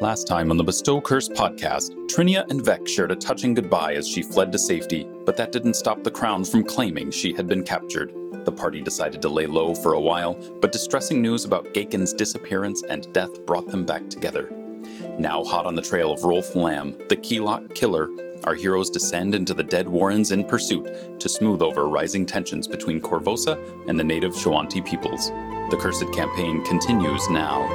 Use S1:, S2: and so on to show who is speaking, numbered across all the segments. S1: Last time on the Bestow Curse podcast, Trinia and Vec shared a touching goodbye as she fled to safety, but that didn't stop the crown from claiming she had been captured. The party decided to lay low for a while, but distressing news about Gaken's disappearance and death brought them back together. Now hot on the trail of Rolf Lamb, the Keelot killer, our heroes descend into the dead warrens in pursuit to smooth over rising tensions between Corvosa and the native Shawanti peoples. The Cursed Campaign continues now.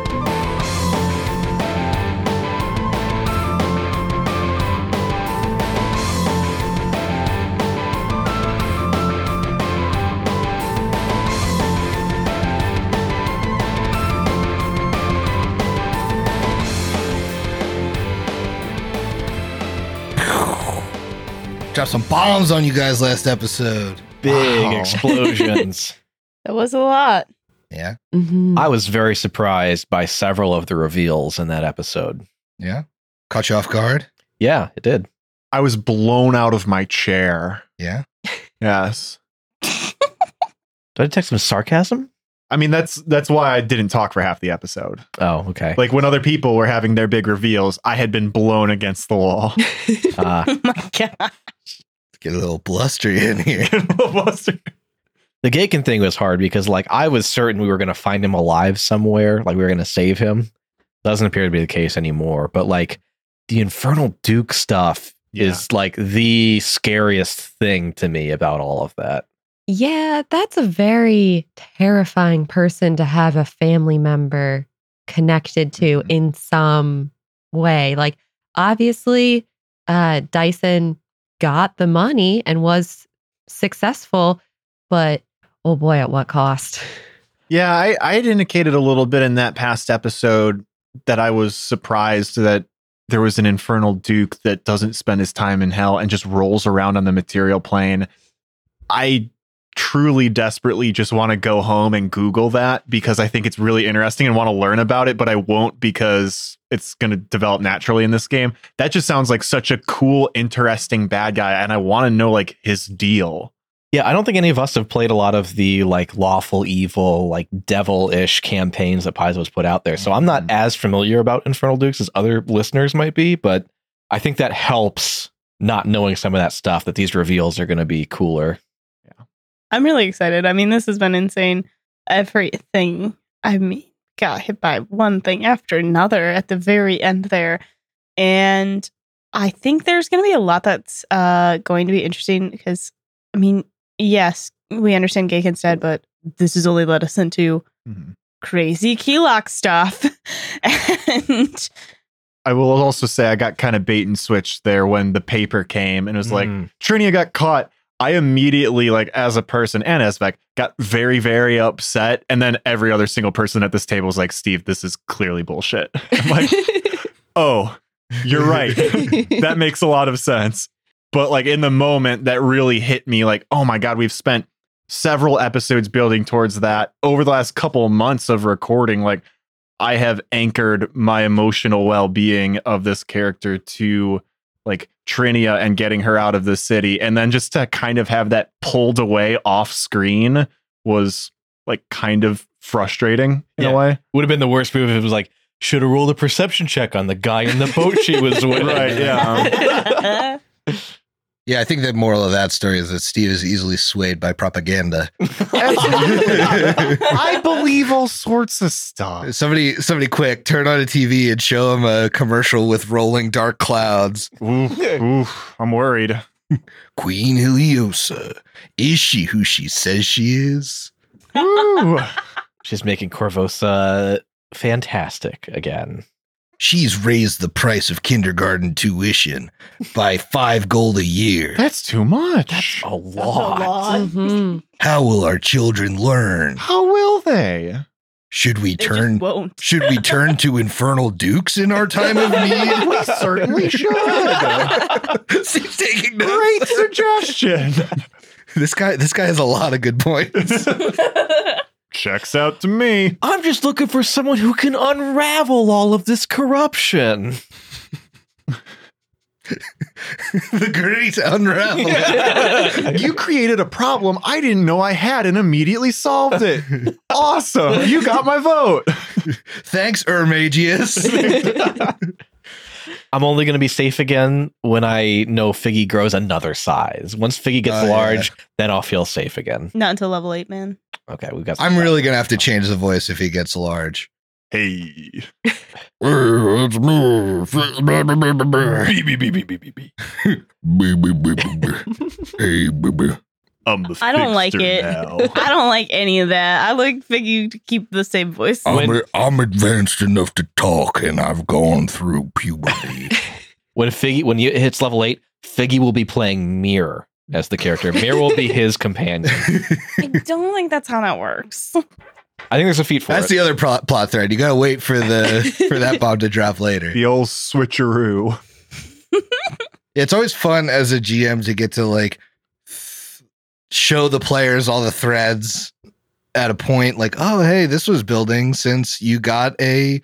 S2: Drop some bombs on you guys last episode.
S3: big
S2: Wow.
S3: explosions.
S4: That was a lot.
S2: Yeah.
S3: I was very surprised by several of the reveals in that episode.
S2: Yeah. Caught you off guard.
S3: Yeah, it did.
S5: I was blown out of my chair.
S2: Yeah.
S5: Yes.
S3: Did I detect some sarcasm?
S5: I mean that's that's why I didn't talk for half the episode.
S3: Oh, okay.
S5: Like when other people were having their big reveals, I had been blown against the wall.
S3: Ah.
S4: oh my god!
S2: Get a little blustery in here.
S3: the Gaken thing was hard because, like, I was certain we were going to find him alive somewhere. Like, we were going to save him. Doesn't appear to be the case anymore. But, like, the Infernal Duke stuff
S5: Yeah.
S3: is, like, the scariest thing to me about all of that.
S6: Yeah, that's a very terrifying person to have a family member connected to
S2: Mhm.
S6: in some way. Like, obviously, uh, Dyson got the money and was successful, but oh boy, at what cost?
S5: Yeah, I, I had indicated a little bit in that past episode that I was surprised that there was an infernal duke that doesn't spend his time in hell and just rolls around on the material plane. I truly desperately just want to go home and Google that because I think it's really interesting and want to learn about it, but I won't because it's going to develop naturally in this game. That just sounds like such a cool, interesting bad guy, and I want to know like his deal.
S3: Yeah, I don't think any of us have played a lot of the like lawful evil, like devil-ish campaigns that Paizo's put out there. So I'm not
S2: Mhm.
S3: as familiar about Infernal Dukes as other listeners might be, but I think that helps not knowing some of that stuff that these reveals are going to be cooler.
S4: I'm really excited. I mean, this has been insane. Everything. I mean, got hit by one thing after another at the very end there, and I think there's going to be a lot that's uh, going to be interesting because, I mean, yes, we understand gay dead, but this has only led us into crazy Kelock stuff, and
S5: I will also say I got kind of bait and switch there when the paper came and it was like Trinia got caught. I immediately, like as a person and as Vec, got very, very upset. And then every other single person at this table was like, Steve, this is clearly bullshit. I'm like, oh, you're right. that makes a lot of sense. But like in the moment, that really hit me like, oh my God, we've spent several episodes building towards that over the last couple months of recording. Like, I have anchored my emotional well being of this character to like Trinia and getting her out of the city. And then just to kind of have that pulled away off screen was like kind of frustrating in
S3: Yeah.
S5: a way.
S3: Would have been the worst move if it was like should have rolled a perception check on the guy in the boat she was with.
S5: Right,
S4: yeah.
S2: Yeah, I think the moral of that story is that Steve is easily swayed by propaganda.
S5: I believe all sorts of stuff.
S2: Somebody, somebody, quick, turn on a TV and show him a commercial with rolling dark clouds.
S5: Oof, oof, I'm worried.
S2: Queen Heliosa, is she who she says she is?
S5: Ooh.
S3: She's making Corvosa fantastic again.
S2: She's raised the price of kindergarten tuition by five gold a year.
S5: That's too much.
S3: A lot.
S4: Mm-hmm.
S6: Mhm.
S2: How will our children learn?
S5: How will they?
S2: Should we
S4: They just
S2: turn
S4: won't.
S2: Should we turn to infernal dukes in our time of need?
S5: We certainly should.
S2: Steve's taking
S5: Great
S2: notes.
S5: suggestion.
S2: This guy, this guy has a lot of good points.
S5: Checks out to me.
S3: I'm just looking for someone who can unravel all of this corruption.
S2: the great unraveling.
S5: you created a problem I didn't know I had and immediately solved it. Awesome. You got my vote.
S2: Thanks, Ermagius.
S3: I'm only going to be safe again when I know Figgy grows another size. Once Figgy gets
S2: Oh, yeah.
S3: large, then I'll feel safe again.
S4: Not until level eight, man.
S3: Okay, we've got.
S2: I'm really gonna have to change the voice if he gets large.
S5: Hey.
S2: Hey, it's me. Blah, blah, blah, blah, blah. Blah, blah, blah, blah, blah. Hey, blah, blah.
S5: I'm the
S4: I don't like
S5: fixer
S4: it.
S5: now.
S4: I don't like any of that. I like Figgy to keep the same voice.
S3: When-
S2: I'm, I'm advanced enough to talk, and I've gone through puberty.
S3: When Figgy, when it hits level eight, Figgy will be playing Mirror as the character. Mirror will be his companion.
S4: I don't think that's how that works.
S3: I think there's a feat for
S2: That's
S3: it.
S2: the other plot, plot thread. You gotta wait for the for that bomb to drop later.
S5: The old switcheroo.
S2: It's always fun as a GM to get to like th- show the players all the threads at a point like, oh hey, this was building since you got a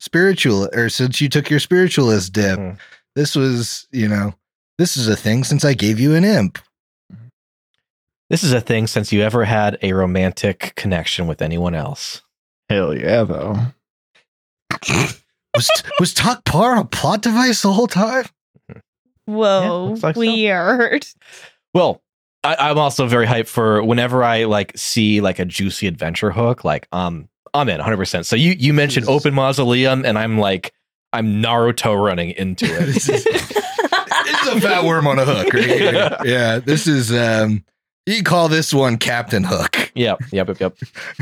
S2: spiritual or since you took your spiritualist dip.
S3: Mhm.
S2: This was, you know, this is a thing since I gave you an imp.
S3: This is a thing since you ever had a romantic connection with anyone else.
S5: Hell yeah, though.
S2: Was was Talk Par a plot device the whole time?
S4: Whoa,
S3: looks like so.
S4: weird.
S3: Well, I, I'm also very hyped for whenever I like see like a juicy adventure hook. Like, um, I'm in 100. percent So you you mentioned
S2: Jesus.
S3: open mausoleum, and I'm like, I'm Naruto running into it.
S2: This is- it's a fat worm on a hook right here. Yeah, this is um you call this one Captain Hook.
S3: yep, yep, yep,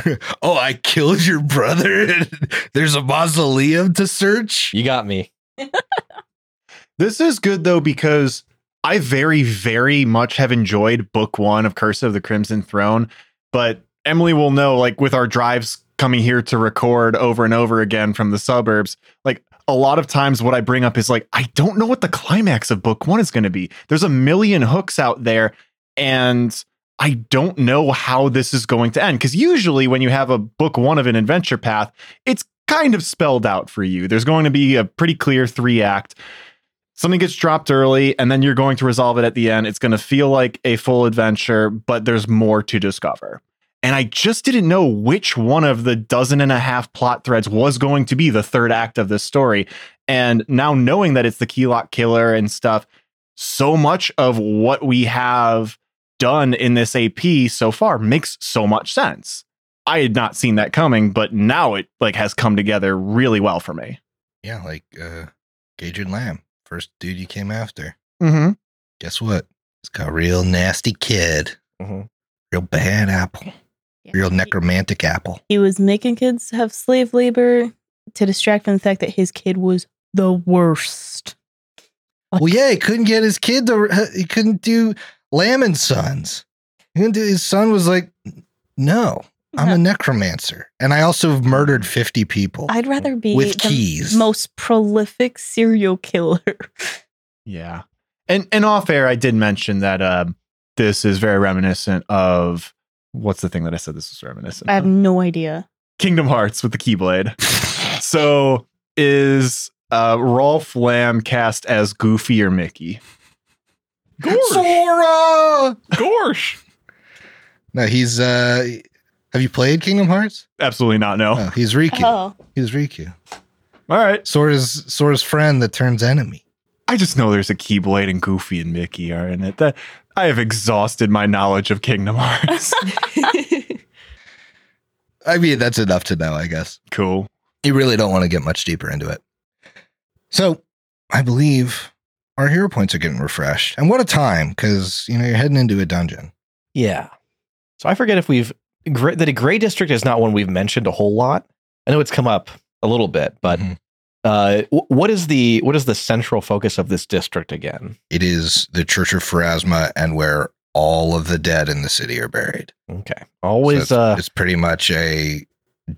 S3: yep.
S2: oh, I killed your brother. There's a mausoleum to search.
S3: You got me.
S5: This is good though because I very, very much have enjoyed book one of Curse of the Crimson Throne. But Emily will know, like with our drives coming here to record over and over again from the suburbs, like a lot of times what I bring up is like, I don't know what the climax of book one is going to be. There's a million hooks out there, and I don't know how this is going to end. Because usually when you have a book one of an adventure path, it's kind of spelled out for you. There's going to be a pretty clear three act something gets dropped early and then you're going to resolve it at the end. It's going to feel like a full adventure, but there's more to discover. And I just didn't know which one of the dozen and a half plot threads was going to be the third act of this story. And now knowing that it's the Keylock Killer and stuff, so much of what we have done in this AP so far makes so much sense. I had not seen that coming, but now it like has come together really well for me.
S2: Yeah, like uh Gadrian Lamb, first dude you came after.
S5: Mm-hmm.
S2: Guess what? He's got a real nasty kid,
S3: Mhm.
S2: real bad apple, real necromantic apple.
S4: He was making kids have slave labor to distract from the fact that his kid was the worst.
S2: Well, yeah, he couldn't get his kid to. He couldn't do Lamb and Sons. He couldn't do, his son was like, "No, I'm a necromancer, and I also have murdered fifty people
S4: I'd rather be
S2: with
S4: the
S2: keys."
S4: most prolific serial killer.
S5: Yeah. And and off air, I did mention that um, this is very reminiscent of what's the thing that I said this was reminiscent
S4: I have
S5: of?
S4: no idea.
S5: Kingdom Hearts with the Keyblade. so is uh Rolf Lamb cast as Goofy or Mickey? Sora!
S3: Gorsh.
S2: no, he's. uh Have you played Kingdom Hearts?
S5: Absolutely not, no.
S2: No, he's Riku.
S4: Oh,
S2: He's Riku.
S5: All right.
S2: Sora's Sora's friend that turns enemy.
S5: I just know there's a Keyblade and Goofy and Mickey are in it. That I have exhausted my knowledge of Kingdom Hearts.
S2: I mean, that's enough to know, I guess.
S5: cool.
S2: You really don't want to get much deeper into it. So, I believe our hero points are getting refreshed, and what a time because you know you're heading into a dungeon.
S3: Yeah. So I forget if we've gray, that a gray district is not one we've mentioned a whole lot. I know it's come up a little bit, but
S2: Mhm.
S3: uh, wh- what is the what is the central focus of this district again?
S2: It is the Church of Pharasma and where all of the dead in the city are buried.
S3: Okay.
S2: So
S3: Always.
S2: it's,
S3: uh,
S2: it's pretty much a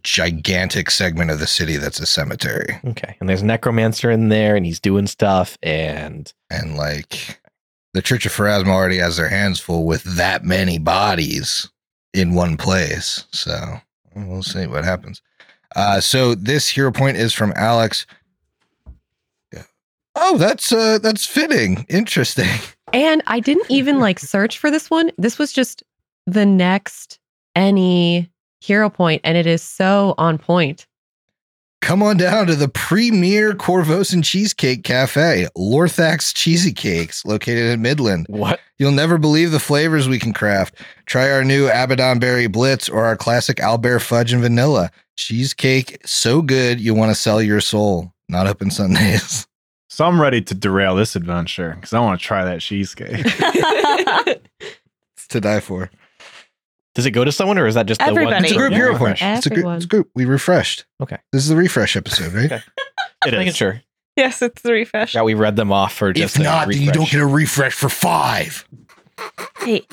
S2: gigantic segment of the city that's a cemetery.
S3: okay. And there's a necromancer in there, and he's doing stuff, and
S2: And like the Church of Pharasma already has their hands full with that many bodies in one place. So we'll see what happens. Uh, so this hero point is from Alex. Oh, that's uh that's fitting. Interesting.
S6: And I didn't even like search for this one. This was just the next any hero point, and it is so on point.
S2: Come on down to the premier Corvos and Cheesecake Cafe, Lorthax Cheesy Cakes, located in Midland.
S3: What?
S2: You'll never believe the flavors we can craft. Try our new Abaddon Berry Blitz or our classic Albert Fudge and Vanilla. Cheesecake so good you want to sell your soul. Not open Sundays.
S5: So I'm ready to derail this adventure because I want to try that cheesecake.
S2: It's to die for.
S3: Does it go to someone or is that just the one?
S4: Everybody. It's a
S2: group,
S3: Yeah,
S2: you're
S3: refresh.
S6: okay.
S2: It's a, gr-
S6: Everyone.
S2: it's a group. We refreshed.
S3: Okay.
S2: This is the refresh episode, right?
S3: Okay.
S5: It
S3: Making
S5: is.
S3: sure
S4: yes, it's the refresh.
S3: that we read them off for just
S2: If
S3: a
S2: not, then you don't
S3: refresh.
S2: get a refresh for five.
S4: Hey.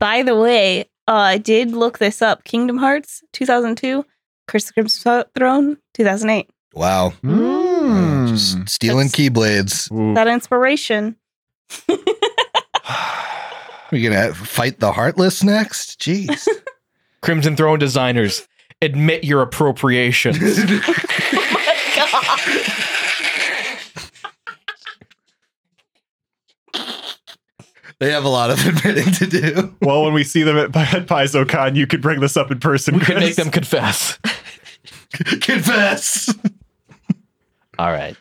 S4: By the way, uh, I did look this up. Kingdom Hearts 2002, Curse of the Crimson Throne 2008.
S2: Wow.
S5: Mm.
S2: Just stealing keyblades.
S5: Ooh.
S4: That inspiration.
S2: We're gonna fight the heartless next. Jeez.
S3: Crimson Throne designers. Admit your appropriations.
S2: they have a lot of admitting to do.
S5: well, when we see them at, at PaizoCon, you could bring this up in person.
S3: we can
S5: Chris.
S3: make them confess.
S2: Confess.
S3: All right.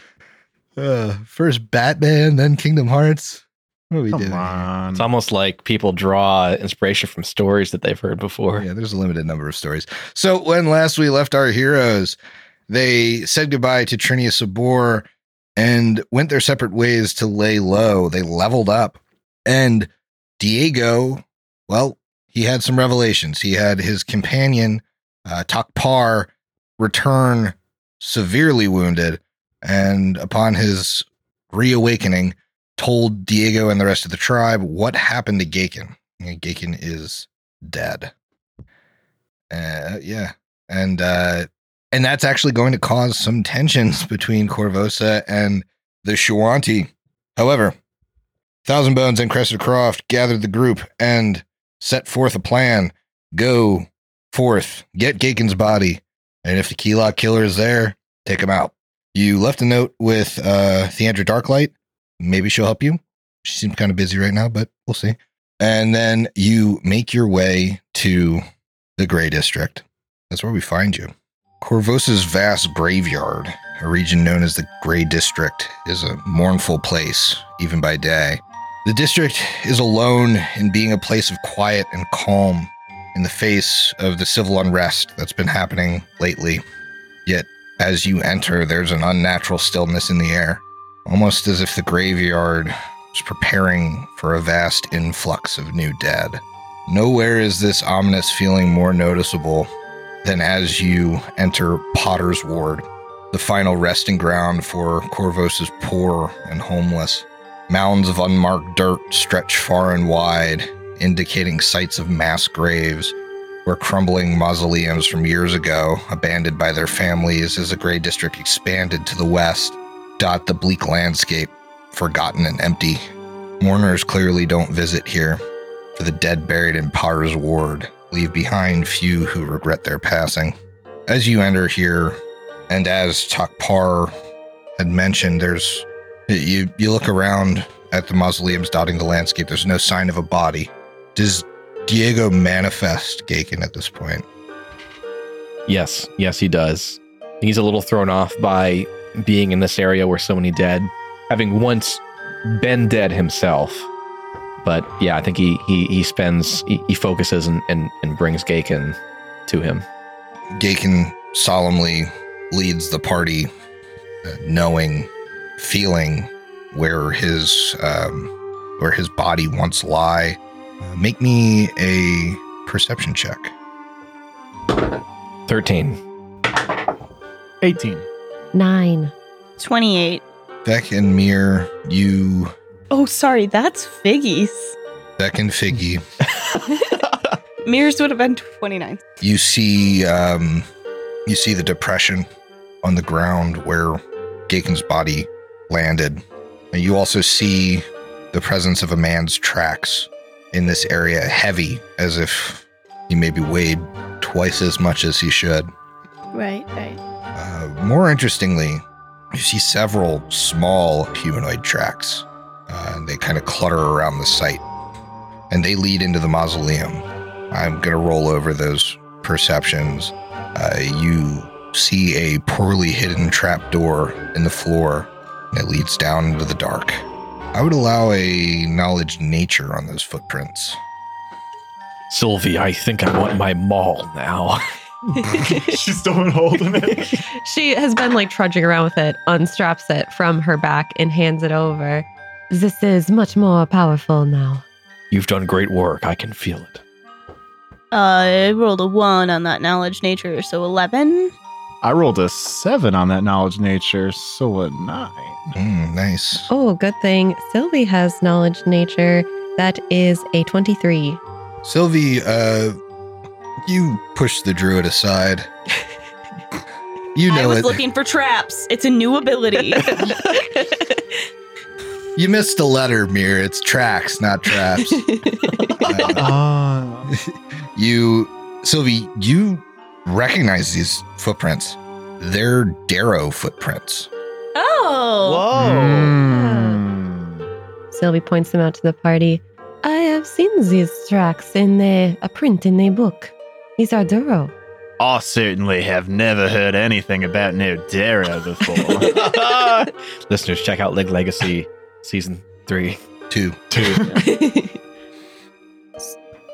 S2: Uh, first Batman, then Kingdom Hearts. What are we
S5: Come
S2: doing? here?
S5: on.
S3: It's almost like people draw inspiration from stories that they've heard before.
S2: Yeah, there's a limited number of stories. So when last we left our heroes, they said goodbye to Trinia Sabor and went their separate ways to lay low. They leveled up. And Diego, well, he had some revelations. He had his companion, uh, Takpar, return severely wounded. And upon his reawakening, told Diego and the rest of the tribe what happened to Gaken. And Gaken is dead. Uh, yeah, and uh, and that's actually going to cause some tensions between Corvosa and the Shawanti. However, Thousand Bones and Cressida Croft gathered the group and set forth a plan. Go forth, get Gaken's body, and if the Keylog killer is there, take him out. You left a note with uh, Theandra Darklight. Maybe she'll help you. She seems kind of busy right now, but we'll see. And then you make your way to the Grey District. That's where we find you. Corvosa's vast graveyard, a region known as the Grey District, is a mournful place, even by day. The district is alone in being a place of quiet and calm in the face of the civil unrest that's been happening lately. Yet, as you enter, there's an unnatural stillness in the air, almost as if the graveyard is preparing for a vast influx of new dead. Nowhere is this ominous feeling more noticeable than as you enter Potter's Ward, the final resting ground for Corvos's poor and homeless. Mounds of unmarked dirt stretch far and wide, indicating sites of mass graves where crumbling mausoleums from years ago, abandoned by their families as the Grey District expanded to the west, dot the bleak landscape, forgotten and empty. Mourners clearly don't visit here for the dead buried in Potter's Ward leave behind few who regret their passing. As you enter here, and as Takpar had mentioned, there's you you look around at the mausoleums dotting the landscape. There's no sign of a body. Does Diego manifest Gaken at this point?
S3: Yes, yes, he does. He's a little thrown off by being in this area where so many dead, having once been dead himself. But yeah, I think he he he spends he, he focuses and, and and brings Gaken to him.
S2: Gaken solemnly leads the party, uh, knowing, feeling where his um, where his body once lie. Uh, make me a perception check.
S3: Thirteen.
S5: 18.
S6: Nine.
S4: 28.
S2: Beck and Mir, you,
S4: Oh, sorry, that's Figgies.
S2: Beck and Figgy,
S4: Mirrors would have been 29.
S2: you see, um, you see the depression on the ground where Gaken's body landed. And you also see the presence of a man's tracks in this area, heavy, as if he maybe weighed twice as much as he should.
S4: Right, right.
S2: Uh, more interestingly, you see several small humanoid tracks, uh, and they kind of clutter around the site, and they lead into the mausoleum. I'm gonna roll over those perceptions. Uh, you see a poorly hidden trap door in the floor that leads down into the dark. I would allow a knowledge nature on those footprints.
S3: Sylvie, I think I want my maul now.
S5: She's still been holding it.
S6: she has been like trudging around with it, unstraps it from her back, and hands it over. This is much more powerful now.
S3: You've done great work. I can feel it.
S4: I rolled a one on that knowledge nature, so eleven.
S5: I rolled a seven on that knowledge nature, so a nine.
S2: Mm, nice.
S6: Oh, good thing Sylvie has knowledge nature. That is a 23.
S2: Sylvie, uh, you push the druid aside. you
S4: I
S2: know
S4: was
S2: it.
S4: looking for traps. It's a new ability.
S2: you missed a letter, Mir. It's tracks, not traps. Uh,
S5: Uh,
S2: you, Sylvie, you recognize these footprints. They're Darrow footprints.
S4: oh,
S5: mm.
S6: Sylvie points them out to the party. I have seen these tracks in a, a print in a book. These are Duro.
S5: I certainly have never heard anything about no Dara before.
S3: Listeners, check out Leg Legacy season three.
S2: Two.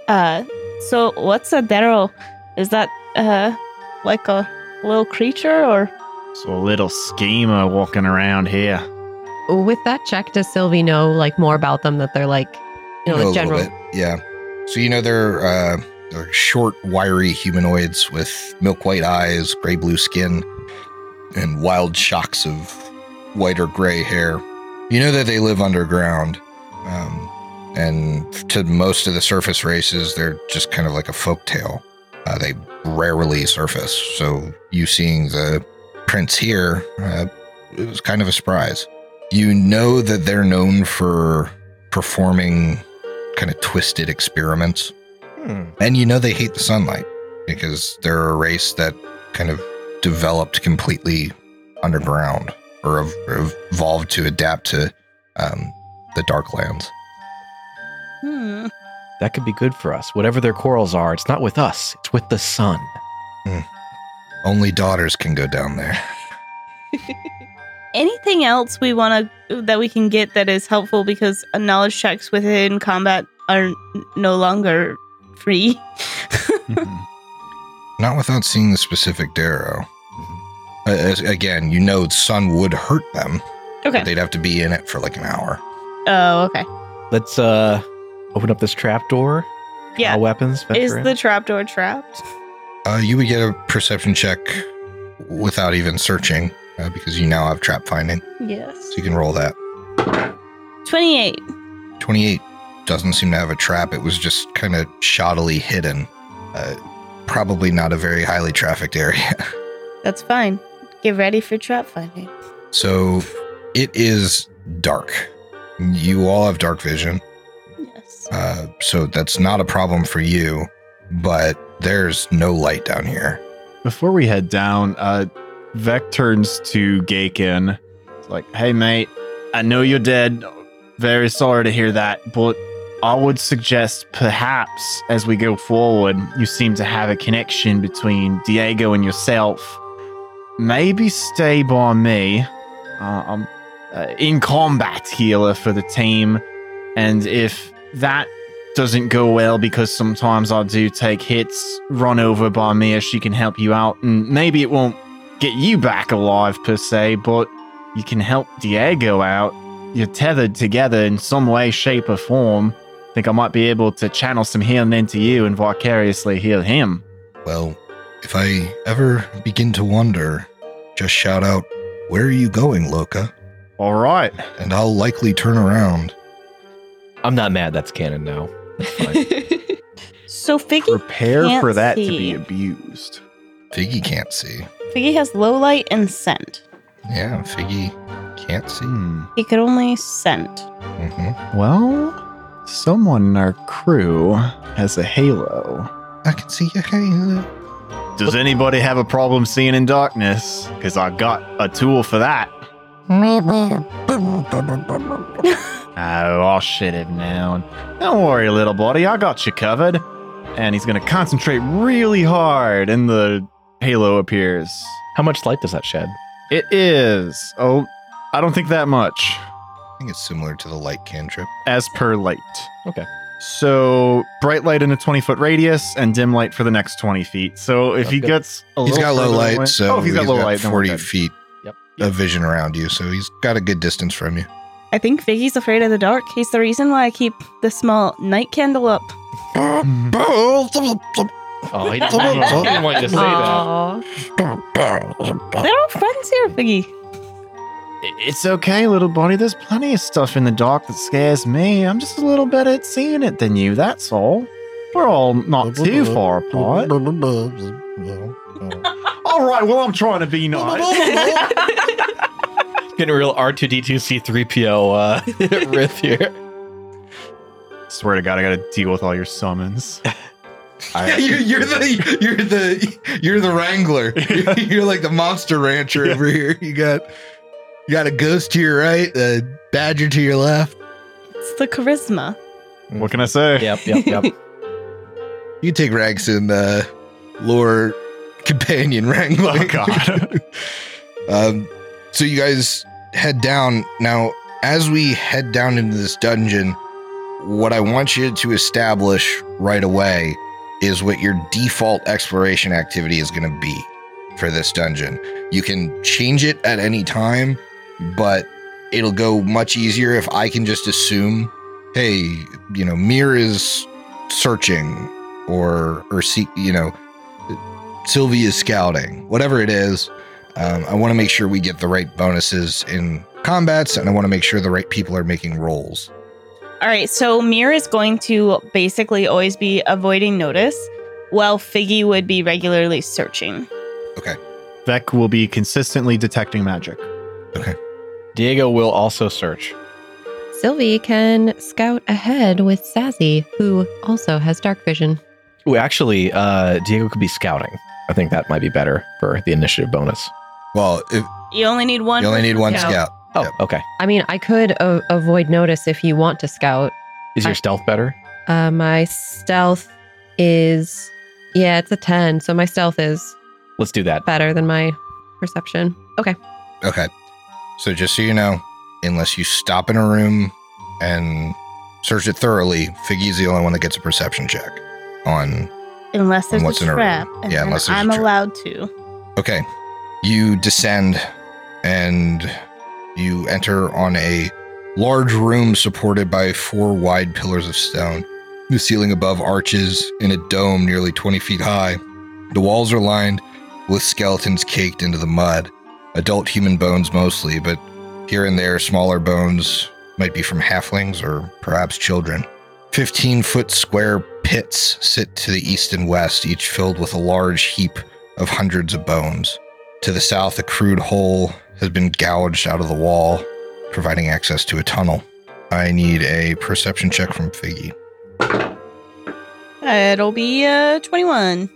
S4: uh, so what's a darrow? Is that uh like a little creature or?
S5: so a little schemer walking around here.
S6: With that check, does Sylvie know like more about them that they're like, you
S2: Know
S6: know,
S2: a
S6: the
S2: little
S6: general?
S2: bit, Yeah. So you know they're uh, they're short, wiry humanoids with milk white eyes, gray blue skin, and wild shocks of white or gray hair. You know that they live underground, um, and to most of the surface races, they're just kind of like a folktale. Uh, they rarely surface, so you seeing the prints here, uh, it was kind of a surprise. You know that they're known for performing kind of twisted experiments.
S3: Hmm.
S2: And you know they hate the sunlight because they're a race that kind of developed completely underground or ev- ev- evolved to adapt to um, the dark lands.
S4: Hmm.
S3: That could be good for us. Whatever their quarrels are, it's not with us, it's with the sun.
S2: Only daughters can go down there.
S4: Anything else we want to that we can get that is helpful because uh, knowledge checks within combat are n- no longer free.
S5: Mm-hmm.
S2: Not without seeing the specific Darrow.
S6: Mm-hmm.
S2: Uh, as- again, you know the sun would hurt them. but
S4: Okay.
S2: They'd have to be in it for like an hour.
S4: Oh, okay.
S3: Let's uh open up this trap door.
S4: Yeah.
S3: All weapons.
S4: Is
S3: venture in.
S4: the trapdoor trapped?
S2: Uh, you would get a perception check without even searching uh, because you now have trap finding.
S4: Yes.
S2: So you can roll that.
S4: 28.
S2: 28 doesn't seem to have a trap. It was just kind of shoddily hidden. Uh, probably not a very highly trafficked area.
S4: That's fine. Get ready for trap finding.
S2: So it is dark. You all have dark vision.
S4: Yes.
S2: Uh, so that's not a problem for you, but there's no light down here.
S5: Before we head down, uh, Vec turns to Gaken. It's like, hey, mate, I know you're dead. Very sorry to hear that, but I would suggest perhaps as we go forward, you seem to have a connection between Diego and yourself. Maybe stay by me. Uh, I'm uh, in combat healer for the team, and if that doesn't go well because sometimes I do take hits, run over by Mia, she can help you out, and maybe it won't get you back alive per se, but you can help Diego out. You're tethered together in some way, shape, or form. Think I might be able to channel some healing into you and vicariously heal him.
S2: Well, if I ever begin to wonder, just shout out, Where are you going, Loka?
S5: All right.
S2: And I'll likely turn around.
S3: I'm not mad that's canon now. That's fine.
S4: So Figgy,
S5: Prepare
S4: Can't
S5: for that to
S4: see.
S5: be abused.
S2: Figgy can't see.
S4: Figgy has low light and scent.
S2: Yeah, Figgy can't see.
S5: Hmm.
S4: He could only scent.
S2: hmm
S5: Well, someone in our crew has a halo.
S2: I can see your hand.
S5: Does anybody have a problem seeing in darkness? Because I got a tool for that. Oh, I'll shit it now. And Don't worry, little buddy, I got you covered. And he's gonna concentrate really hard, and the halo appears.
S3: How much light does that shed?
S5: It is. Oh, I don't think that much,
S2: I think it's similar to the light cantrip.
S5: as per light.
S3: Okay.
S5: So bright light in a twenty foot radius, and dim light for the next twenty feet. So if he
S3: Okay.
S5: gets, a
S2: He's
S5: little
S2: got low
S5: further
S2: light,
S5: away-
S2: so
S5: oh, if he's got low light. then we're
S2: forty
S5: good.
S2: feet
S3: Yep.
S2: of vision around you, so he's got a good distance from you.
S4: I think Vicky's afraid of the dark. He's the reason why I keep the small night candle up.
S3: Oh, he didn't, he didn't want you to say that.
S6: Aw.
S4: They're all friends here, Vicky.
S5: It's okay, little bunny. There's plenty of stuff in the dark that scares me. I'm just a little better at seeing it than you, that's all. We're all not too far apart. All right, well, I'm trying to be nice.
S3: Getting a real R2D2 C3PO uh, riff here.
S5: Swear to God, I gotta deal with all your summons.
S2: Yeah, you're, you're the you're the you're the wrangler. You're, you're like the monster rancher over here. You got you got a ghost to your right, a badger to your left.
S4: It's the charisma.
S5: What can I say?
S3: Yep, yep, yep.
S2: You take Ragson, uh, lore companion wrangler.
S5: Oh, God.
S2: Um, so you guys head down. Now, as we head down into this dungeon, what I want you to establish right away is what your default exploration activity is going to be for this dungeon. You can change it at any time, but it'll go much easier if I can just assume, hey, you know, Mir is searching or or seek, you know, Sylvie is scouting, whatever it is. Um, I want to make sure we get the right bonuses in combats, and I want to make sure the right people are making rolls.
S4: All right, so Mir is going to basically always be avoiding notice, while Figgy would be regularly searching.
S5: Vec will be consistently detecting magic.
S3: Diego will also search.
S6: Sylvie can scout ahead with Sazzy, who also has dark vision.
S3: Ooh, actually, uh, Diego could be scouting. I think that might be better for the initiative bonus.
S2: Well, if
S4: You only need one.
S2: you only need one
S6: Yeah.
S2: scout.
S3: Oh,
S2: Yep.
S3: okay.
S6: I mean, I could uh, avoid notice if you want to scout.
S3: Is your
S6: I-
S3: stealth better?
S6: Uh, my stealth is, yeah, it's a 10. So my stealth is
S3: Let's do that.
S6: better than my perception. Okay.
S2: Okay. So just so you know, unless you stop in a room and search it thoroughly, Figgy's the only one that gets a perception check on.
S4: unless there's
S2: What's
S4: a
S2: in a room?
S4: trap. and
S2: Yeah,
S4: then
S2: unless there's a
S4: I'm
S2: trap.
S4: allowed to.
S2: Okay. You descend and you enter on a large room supported by four wide pillars of stone. The ceiling above arches in a dome nearly 20 feet high. The walls are lined with skeletons caked into the mud, adult human bones mostly, but here and there, smaller bones might be from halflings or perhaps children. 15 foot square pits sit to the east and west, each filled with a large heap of hundreds of bones. To the south, a crude hole has been gouged out of the wall, providing access to a tunnel. I need a perception check from Figgy.
S4: It'll be uh, 21.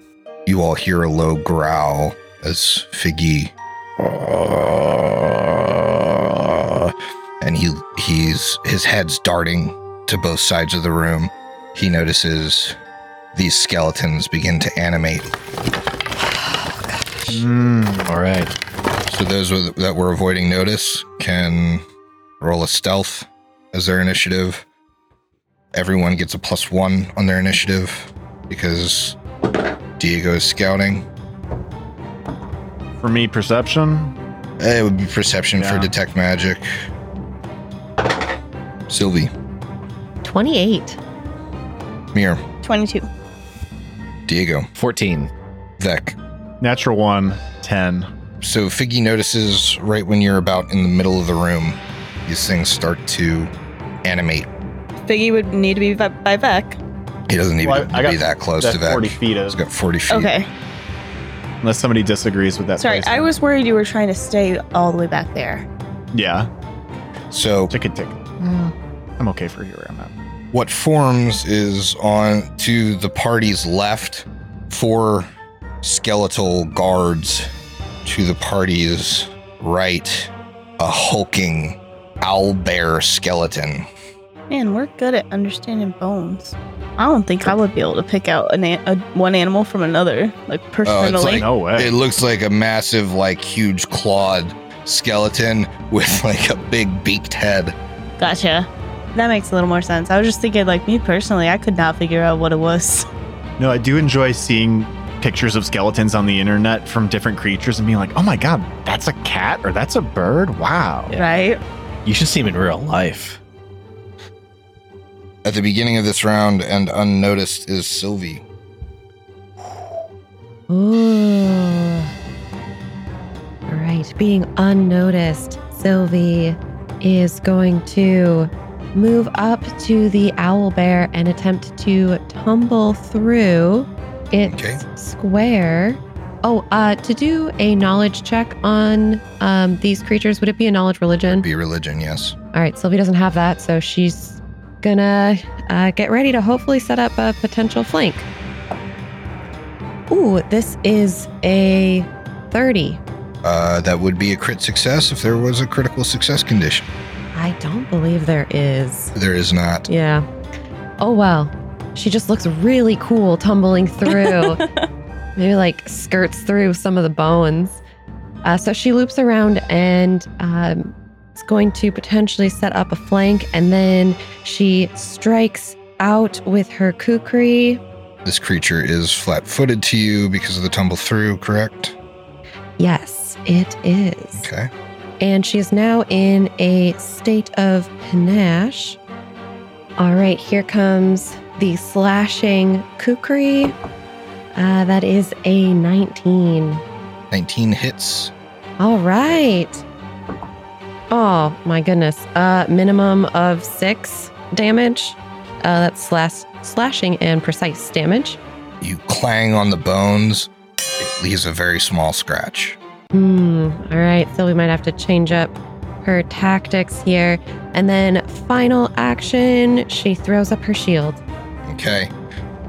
S2: You all hear a low growl as Figgy. uh, And he he's his head's darting to both sides of the room. He notices these skeletons begin to animate.
S5: Mm.
S3: All right.
S2: So those with, that were avoiding notice can roll a stealth as their initiative. Everyone gets a plus one on their initiative because Diego is scouting.
S5: For me, perception.
S2: Eh, It would be perception for
S5: Yeah.
S2: detect magic. Sylvie,
S6: 28.
S2: Mir,
S4: 22.
S2: Diego,
S3: 14.
S2: Vec.
S5: Natural one, 10.
S2: So Figgy notices right when you're about in the middle of the room, these things start to animate.
S4: Figgy would need to be by, by Vec.
S2: He doesn't even
S5: Well, I- I
S2: be
S5: got
S2: that close
S5: That's
S2: to Vec.
S5: 40 feet
S2: He's
S5: of.
S2: got 40 feet.
S4: Okay.
S5: Unless somebody disagrees with that.
S4: Sorry, I
S5: placement.
S4: was worried you were trying to stay all the way back there.
S5: Yeah,
S2: So
S5: tick a tick. I'm okay for here. I'm at.
S2: what forms is on to the party's left four skeletal guards to the party's right a hulking owl bear skeleton.
S4: Man, we're good at understanding bones. I don't think I would be able to pick out an, an- a, one animal from another, like personally.
S2: Oh, like-
S5: No way.
S2: It looks like a massive, like huge clawed skeleton with like a big beaked head.
S4: gotcha. That makes a little more sense. I was just thinking, like me personally, I could not figure out what it was.
S5: No, I do enjoy seeing pictures of skeletons on the internet from different creatures and being like, oh my god, that's a cat or that's a bird? Wow.
S3: Yeah.
S4: Right?
S3: You should see him in real life.
S2: At the beginning of this round and unnoticed is Sylvie.
S6: Ooh. All right, being unnoticed, Sylvie is going to move up to the owl bear and attempt to tumble through its
S2: Okay.
S6: square. Oh, uh, to do a knowledge check on um, these creatures, would it be a knowledge religion?
S2: Be religion, yes.
S6: All right, Sylvie doesn't have that, so she's gonna uh, get ready to hopefully set up a potential flank. Ooh, this is a 30.
S2: Uh, that would be a crit success if there was a critical success condition.
S6: I don't believe there is.
S2: There is not.
S6: Yeah. Oh, well. She just looks really cool tumbling through. Maybe like skirts through some of the bones. Uh, so she loops around and um, is going to potentially set up a flank. And then she strikes out with her kukri.
S2: This creature is flat footed to you because of the tumble through, correct?
S6: Yes, it is.
S2: Okay.
S6: And she is now in a state of panache. All right, here comes the slashing kukri. Uh, that is a 19.
S2: 19 hits.
S6: All right. Oh my goodness. Uh, minimum of six damage. Uh, that's slash, slashing and precise damage.
S2: You clang on the bones. It leaves a very small scratch.
S6: Hmm. All right. So we might have to change up her tactics here. And then final action, she throws up her shield.
S2: Okay.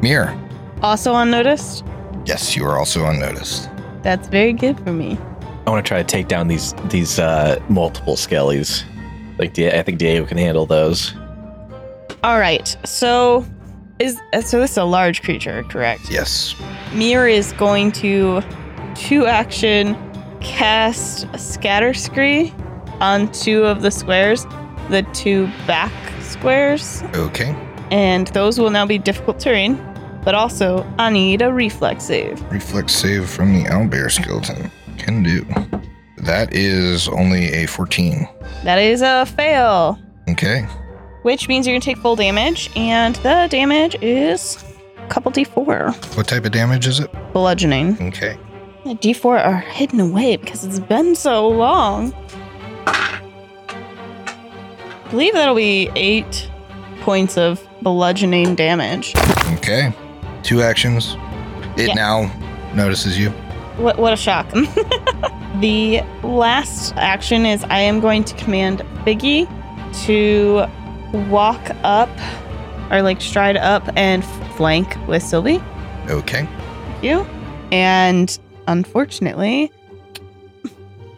S2: Mir.
S4: Also unnoticed?
S2: Yes, you are also unnoticed.
S4: That's very good for me.
S3: I want to try to take down these these uh, multiple skellies. Like Di- I think Diego can handle those.
S4: All right. So is so this is a large creature, correct?
S2: Yes.
S4: Mir is going to two action cast scatter scree on two of the squares, the two back squares,
S2: Okay.
S4: and those will now be difficult terrain. But also, I need a reflex save.
S2: Reflex save from the owlbear skeleton. Can do. That is only a 14.
S4: That is a fail,
S2: Okay.
S4: which means you're gonna take full damage, and the damage is a couple d4
S2: What type of damage is it?
S4: bludgeoning.
S2: Okay.
S4: The D4 are hidden away because it's been so long. I believe that'll be eight points of bludgeoning damage.
S2: Okay. Two actions. It
S4: Yeah.
S2: now notices you.
S4: What, what a shock. the last action is I am going to command Biggie to walk up or like stride up and flank with Sylvie.
S2: Okay.
S4: you. And unfortunately,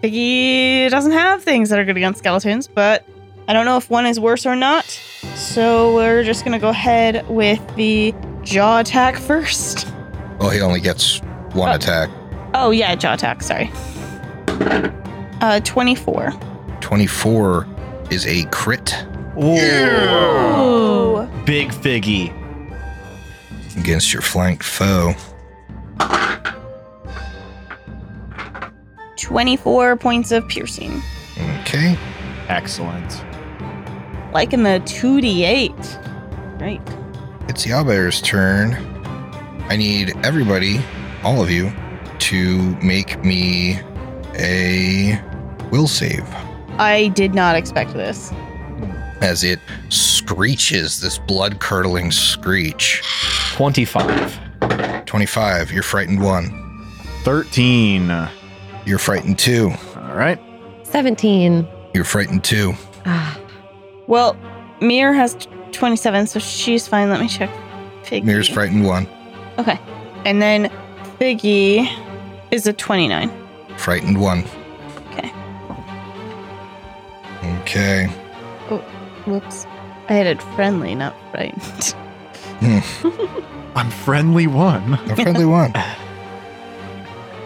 S4: Biggie doesn't have things that are good against skeletons, but I don't know if one is worse or not. So we're just going to go ahead with the jaw attack first.
S2: Well, he only gets one
S4: Oh.
S2: attack.
S4: Oh, yeah, jaw attack. Sorry. Uh, 24.
S2: 24 is a crit
S4: Ooh.
S3: Big figgy.
S2: against your flanked foe.
S4: 24 points of piercing.
S2: Okay.
S5: Excellent.
S4: Like in the 2d8. Right.
S2: It's the owlbear's turn. I need everybody, all of you, to make me a will save
S4: I did not expect this.
S2: as it screeches this blood curdling screech.
S3: Twenty five.
S2: 25, you're frightened one.
S5: 13. All
S2: You're frightened two.
S5: right.
S6: 17.
S2: You're frightened two.
S6: Ah,
S4: Well, Mir has t- 27, so she's fine. Let me check. Figgy.
S2: Mir's frightened one.
S4: Okay. And then Figgy is a 29.
S2: Frightened one.
S7: Okay.
S4: Whoops. I had it friendly, not frightened.
S5: I'm friendly one.
S7: A friendly one.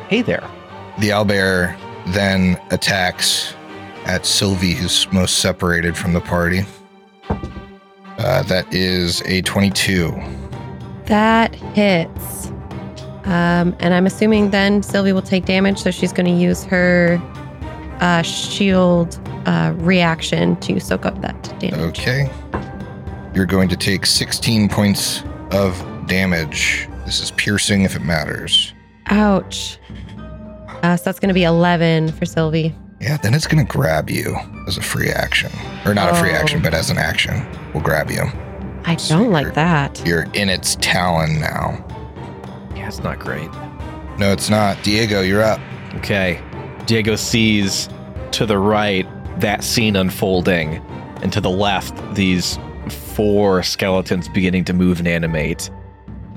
S3: Hey there.
S7: The owlbear then attacks at Sylvie, who's most separated from the party. Uh, that is a 22.
S6: That hits. Um, and I'm assuming then Sylvie will take damage, so she's going to use her uh, shield uh, reaction to soak up that damage.
S7: Okay. You're going to take 16 points of damage. This is piercing if it matters.
S6: Ouch. Uh, so that's going to be 11 for Sylvie.
S7: Yeah, then it's going to grab you as a free action. Or not a free
S6: Oh.
S7: action, but as an action, will grab you.
S6: I don't like that.
S7: You're in its talon now.
S3: Yeah, it's not great.
S7: No, it's not. Diego, you're up.
S3: Okay. Diego sees to the right that scene unfolding, and to the left, these four skeletons beginning to move and animate.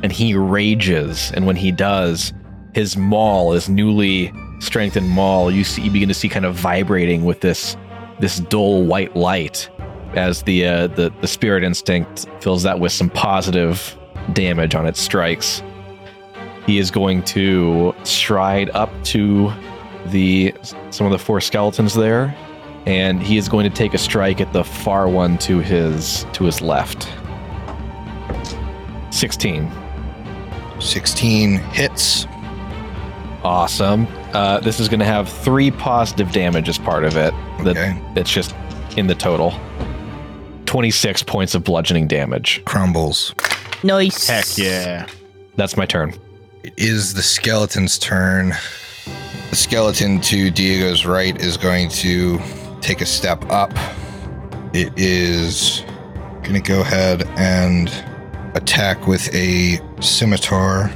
S3: And he rages, and when he does, his maul, his newly strengthened maul, you see you begin to see kind of vibrating with this this dull white light as the uh, the, the spirit instinct fills that with some positive damage on its strikes. He is going to stride up to the some of the four skeletons there, and he is going to take a strike at the far one to his to his left. Sixteen.
S7: 16 hits.
S3: Awesome. Uh, this is going to have three positive damage as part of it. That
S7: Okay.
S3: that's just in the total. Twenty-six points of bludgeoning damage.
S7: Crumbles.
S4: nice.
S5: Heck yeah.
S3: That's my turn.
S7: It is the skeleton's turn. The skeleton to Diego's right is going to take a step up. It is going to go ahead and attack with a scimitar.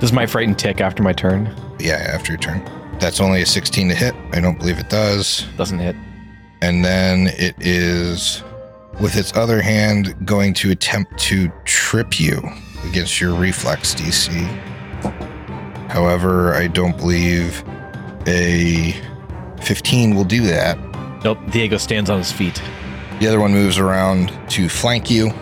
S3: Does my frightened tick after my turn?
S7: Yeah, after your turn. That's only a 16 to hit. I don't believe it does.
S3: Doesn't hit.
S7: And then it is, with its other hand, going to attempt to trip you against your reflex DC. However, I don't believe a 15 will do that.
S3: Nope. Diego stands on his feet.
S7: The other one moves around to flank you.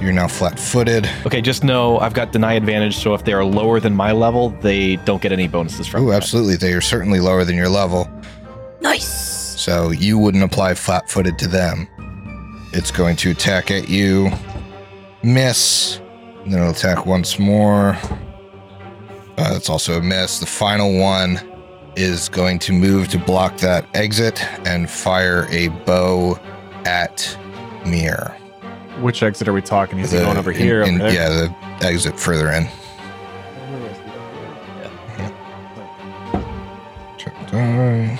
S7: You're now flat footed.
S3: Okay, just know I've got deny advantage, so if they are lower than my level, they don't get any bonuses from
S7: Oh,
S3: that.
S7: absolutely. They are certainly lower than your level.
S4: Nice.
S7: So you wouldn't apply flat footed to them. It's going to attack at you, miss, and then it'll attack once more. Uh, that's also a miss. The final one is going to move to block that exit and fire a bow at Mir.
S5: Which exit are we talking? Is he
S7: The-
S5: going over
S7: in-
S5: here?
S7: in-
S5: over there?
S7: Yeah, the exit further in. Uh,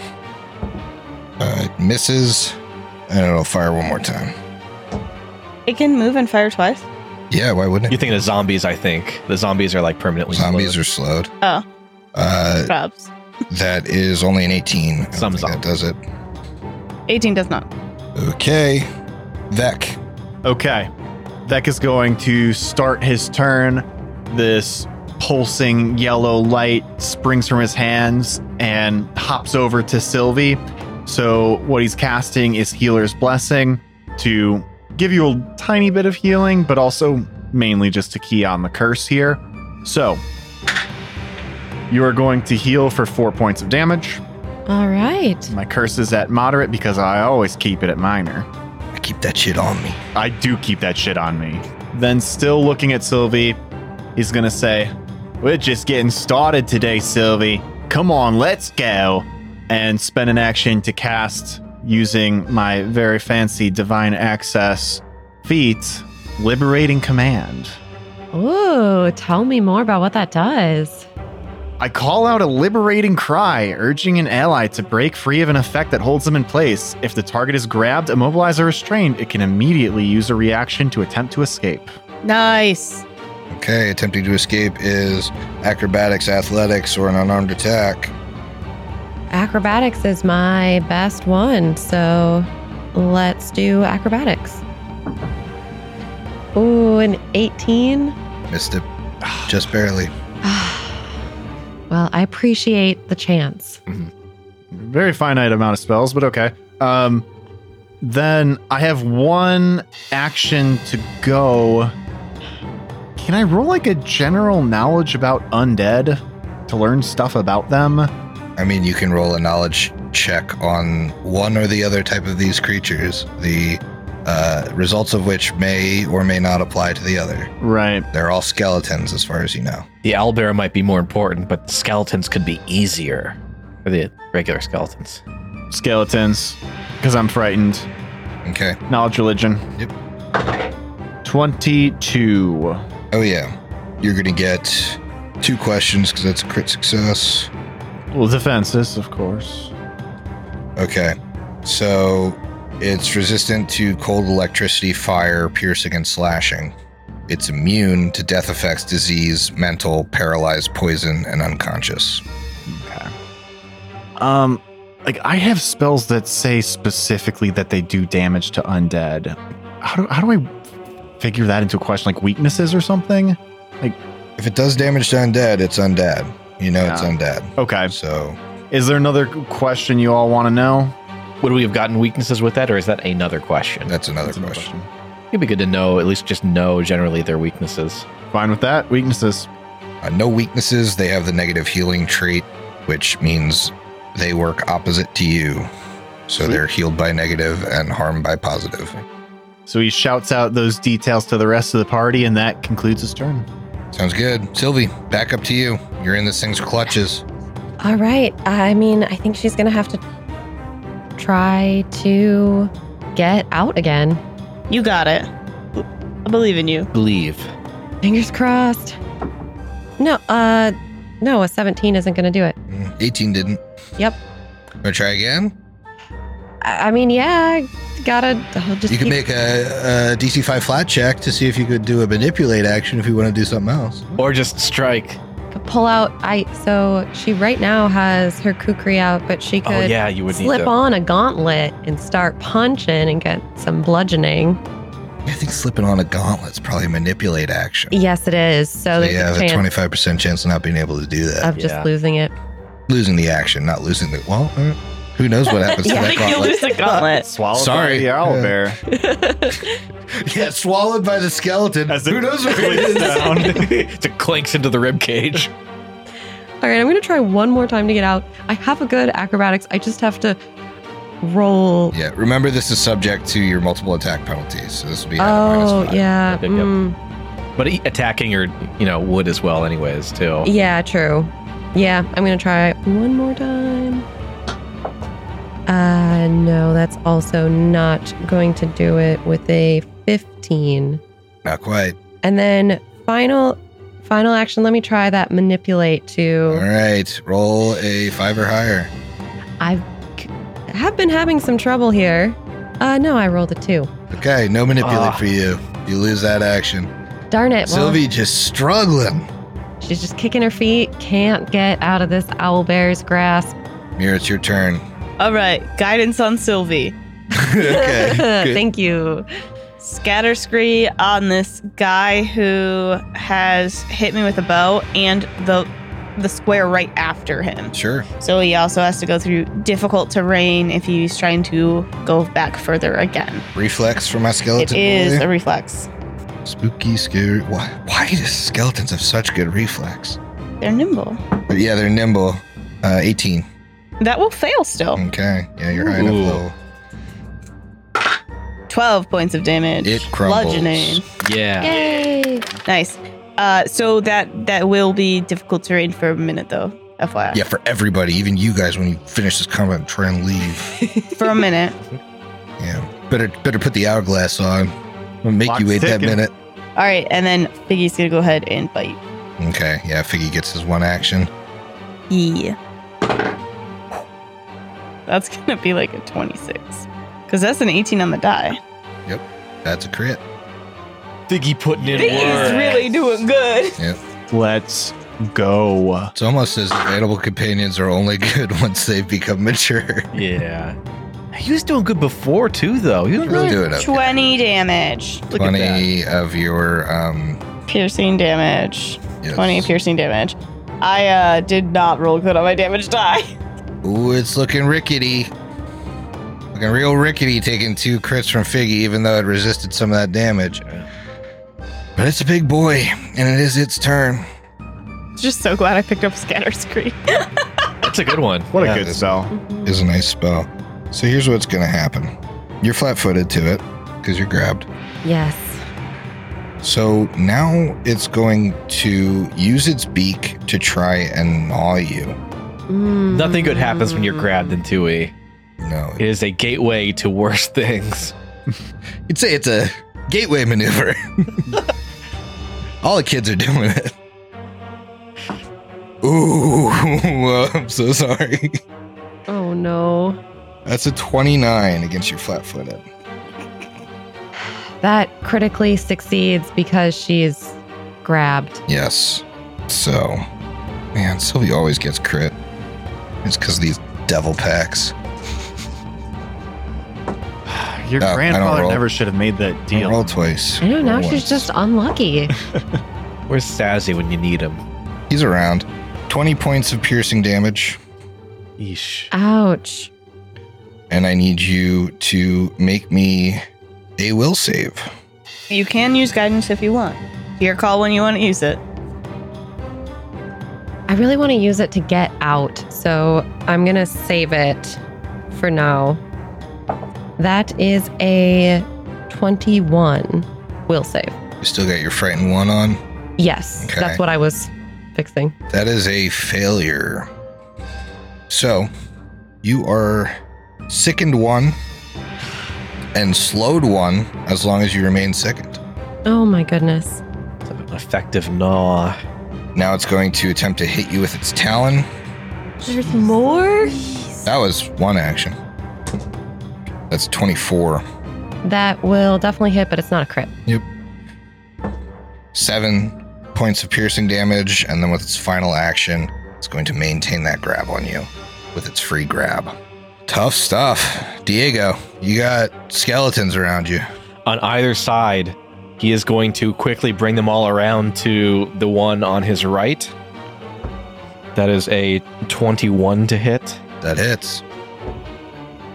S7: it misses, and it'll fire one more time.
S4: It can move and fire twice.
S7: Yeah, why wouldn't it?
S3: You're thinking of zombies, I think. The zombies are like permanently
S7: Zombies
S3: slowed.
S7: are slowed.
S4: Oh.
S7: Uh,
S4: Probs.
S7: that is only an 18. I don't
S3: Some
S7: think that does it.
S4: 18 does not.
S7: Okay. Vec.
S5: Okay. Vec is going to start his turn. This pulsing yellow light springs from his hands and hops over to Sylvie. So, what he's casting is Healer's Blessing to give you a tiny bit of healing, but also mainly just to key on the curse here. So, you are going to heal for four points of damage.
S6: All right.
S5: My curse is at moderate because I always keep it at minor.
S7: I keep that shit on me.
S5: I do keep that shit on me. Then, still looking at Sylvie, he's gonna say, We're just getting started today, Sylvie. Come on, let's go. And spend an action to cast using my very fancy divine access feat, Liberating Command.
S6: Ooh, tell me more about what that does.
S5: I call out a liberating cry, urging an ally to break free of an effect that holds them in place. If the target is grabbed, immobilized, or restrained, it can immediately use a reaction to attempt to escape.
S4: Nice.
S7: Okay, attempting to escape is acrobatics, athletics, or an unarmed attack.
S6: Acrobatics is my best one, so let's do acrobatics. Ooh, an 18.
S7: Missed it. Just barely.
S6: well, I appreciate the chance.
S5: very finite amount of spells, but okay. Um, Then I have one action to go. Can I roll like a general knowledge about undead to learn stuff about them?
S2: I mean, you can roll a knowledge check on one or the other type of these creatures, the uh, results of which may or may not apply to the other.
S5: Right.
S2: They're all skeletons, as far as you know.
S3: The owlbear might be more important, but the skeletons could be easier for the regular skeletons.
S5: Skeletons. Because I'm frightened.
S2: Okay.
S5: Knowledge religion.
S2: Yep.
S5: 22.
S2: Oh, yeah. You're going to get two questions because that's a crit success.
S5: Well, defenses, of course.
S2: Okay. So it's resistant to cold electricity, fire, piercing, and slashing. It's immune to death effects, disease, mental, paralyzed, poison, and unconscious.
S5: Okay. Um, like I have spells that say specifically that they do damage to undead. How do how do I figure that into a question like weaknesses or something?
S2: If it does damage to undead, it's undead. You know it's
S5: Yeah.
S2: undead.
S5: Okay.
S2: So
S5: Is there another question you all want to know?
S3: Would we have gotten weaknesses with that, or is that another question?
S2: that's another
S5: That's another
S2: question.
S3: It'd be good to know, at least just know generally their weaknesses.
S5: Fine with that. Weaknesses.
S2: Uh, no weaknesses. They have the negative healing trait, which means they work opposite to you. So
S5: Sweet.
S2: they're healed by negative and harmed by positive.
S5: So he shouts out those details to the rest of the party, and that concludes his turn.
S2: Sounds good. Sylvie, back up to you. You're in this thing's clutches.
S6: All right. I mean, I think she's going to have to try to get out again.
S4: You got it. I believe in you.
S3: Believe.
S6: Fingers crossed. No, uh, no, a 17 isn't going to do it.
S2: Mm, 18 didn't.
S6: Yep.
S2: Wanna try again?
S6: I, I mean, yeah, I gotta I'll just
S2: you can
S6: keep-
S2: make a, a DC five flat check to see if you could do a manipulate action if you want to do something else.
S3: Or just strike.
S6: pull out. I so she right now has her kukri out, but she could
S3: Oh, yeah, you would need
S6: slip
S3: to.
S6: on a gauntlet and start punching and get some bludgeoning.
S2: I think slipping on a gauntlet's probably a manipulate action.
S6: Yes, it is. So
S2: So
S6: there's
S2: you have
S6: a
S2: a
S6: chance
S2: twenty five percent chance of not being able to do that.
S6: of just
S3: Yeah.
S6: losing it.
S2: losing the action, not losing the well. eh, Who knows what happens
S6: Yeah,
S2: to
S4: I
S2: that
S4: think you'll
S2: gauntlet?
S4: lose the gauntlet.
S5: Swallowed
S2: Sorry.
S5: by the owlbear.
S2: yeah, swallowed by the skeleton.
S5: As it
S2: Who knows where it
S5: clicks
S2: is?
S5: down.
S3: it clinks into the rib cage.
S6: All right, I'm gonna try one more time to get out. I have a good acrobatics. I just have to roll.
S2: Yeah, remember this is subject to your multiple attack penalties. So this would be at a minus
S6: oh
S2: five.
S6: yeah,
S3: Yep, yep, yep.
S6: mm,
S3: But e- attacking your, you know, wood as well, anyways, too.
S6: yeah, true. Yeah, I'm gonna try one more time. Uh, no, that's also not going to do it with a 15.
S2: Not quite.
S6: And then final, final action. Let me try that manipulate
S2: All
S6: to.
S2: right, roll a five or higher.
S6: I've c- have been having some trouble here. Uh, no, I rolled a two.
S2: Okay, no manipulate
S3: Ah.
S2: for you. You lose that action.
S6: Darn it, well-
S2: Sylvie just struggling.
S6: She's just kicking her feet, can't get out of this owl bear's grasp.
S2: Mira, it's your turn.
S4: All right, guidance on Sylvie.
S2: okay. good.
S6: Thank you.
S4: Scatter scree on this guy who has hit me with a bow and the the square right after him.
S2: Sure.
S4: So he also has to go through difficult terrain if he's trying to go back further again.
S2: Reflex for my
S4: It
S2: skeleton.
S4: is
S2: boy.
S4: a reflex.
S2: spooky, scary. Why? Why do skeletons have such good reflex?
S4: They're nimble.
S2: But yeah, they're nimble. Uh, 18.
S4: That will fail still.
S2: Okay. Yeah, you're high enough
S3: Ooh.
S2: level.
S4: 12 points of damage.
S2: Mm. It crumbles.
S4: Bludgeoning.
S3: Yeah.
S6: Yay.
S4: Nice. Uh, so that that will be difficult terrain for a minute though. FYI.
S2: Yeah, for everybody, even you guys, when you finish this combat, try and leave.
S4: For a minute.
S2: yeah. Better, better put the hourglass on. I'll make
S5: Clock's
S2: you wait that
S5: ticking.
S2: minute.
S4: All right, and then Figgy's gonna go ahead and bite.
S2: Okay. Yeah, Figgy gets his one action.
S4: Yeah. E. That's gonna be like a 26. Because that's an 18 on the die.
S2: That's a crit.
S3: Figgy putting in
S4: Figgy's really doing good.
S5: Let's go.
S2: It's almost as if animal companions are only good once they've become mature.
S3: Yeah. He was doing good before, too, though. He was
S2: Really
S3: really
S2: doing it.
S4: 20 damage.
S3: Look at that.
S2: 20 of your um
S4: Piercing damage.
S2: yes.
S4: 20 piercing damage. I uh, did not roll good on my damage die.
S2: Ooh, it's looking rickety. Looking real rickety taking two crits from Figgy, even though it resisted some of that damage. But it's a big boy, and it is its turn.
S4: Just so glad I picked up Scatter Screen.
S3: That's a good one.
S5: What
S3: Yeah.
S5: a good spell.
S2: It Is a nice spell. So here's what's gonna happen. You're flat footed to it, because you're grabbed.
S6: Yes.
S2: So now it's going to use its beak to try and gnaw you.
S6: Mm.
S3: Nothing good happens when you're grabbed in 2E.
S2: No,
S3: It is a gateway to worse things.
S2: You'd say it's a gateway maneuver. All the kids are doing it. Ooh, I'm so sorry.
S6: Oh no.
S2: That's a 29 against your flat footed.
S6: That critically succeeds because she's grabbed.
S2: Yes. So, man, Sylvie always gets crit. It's because of these devil packs.
S5: Your
S2: No, I don't
S5: grandfather
S2: roll.
S5: never should have made that deal.
S2: Roll twice.
S6: I know now
S2: Roll
S6: she's
S2: once.
S6: just unlucky.
S3: Where's Sazzy when you need him?
S2: He's around. 20 points of piercing damage,
S3: Eesh.
S6: Ouch.
S2: and I need you to make me a will save.
S4: you can use guidance if you want. Your call when you want to use it.
S6: I really want to use it to get out, so I'm going to save it for now. That is a 21 will save.
S2: You still got your frightened one on?
S6: Yes,
S2: Okay.
S6: that's what I was fixing.
S2: That is a failure. So, you are sickened one and slowed one as long as you remain sickened.
S6: Oh my goodness.
S3: It's an effective gnaw.
S2: Now it's going to attempt to hit you with its talon.
S6: There's more?
S2: That was one action. That's 24.
S6: That will definitely hit, but it's not a crit.
S2: Seven points of piercing damage, and then with its final action, it's going to maintain that grab on you with its free grab. Tough stuff. Diego, you got skeletons around you.
S3: On either side, he is going to quickly bring them all around to the one on his right. That is a 21 to hit,
S2: That hits.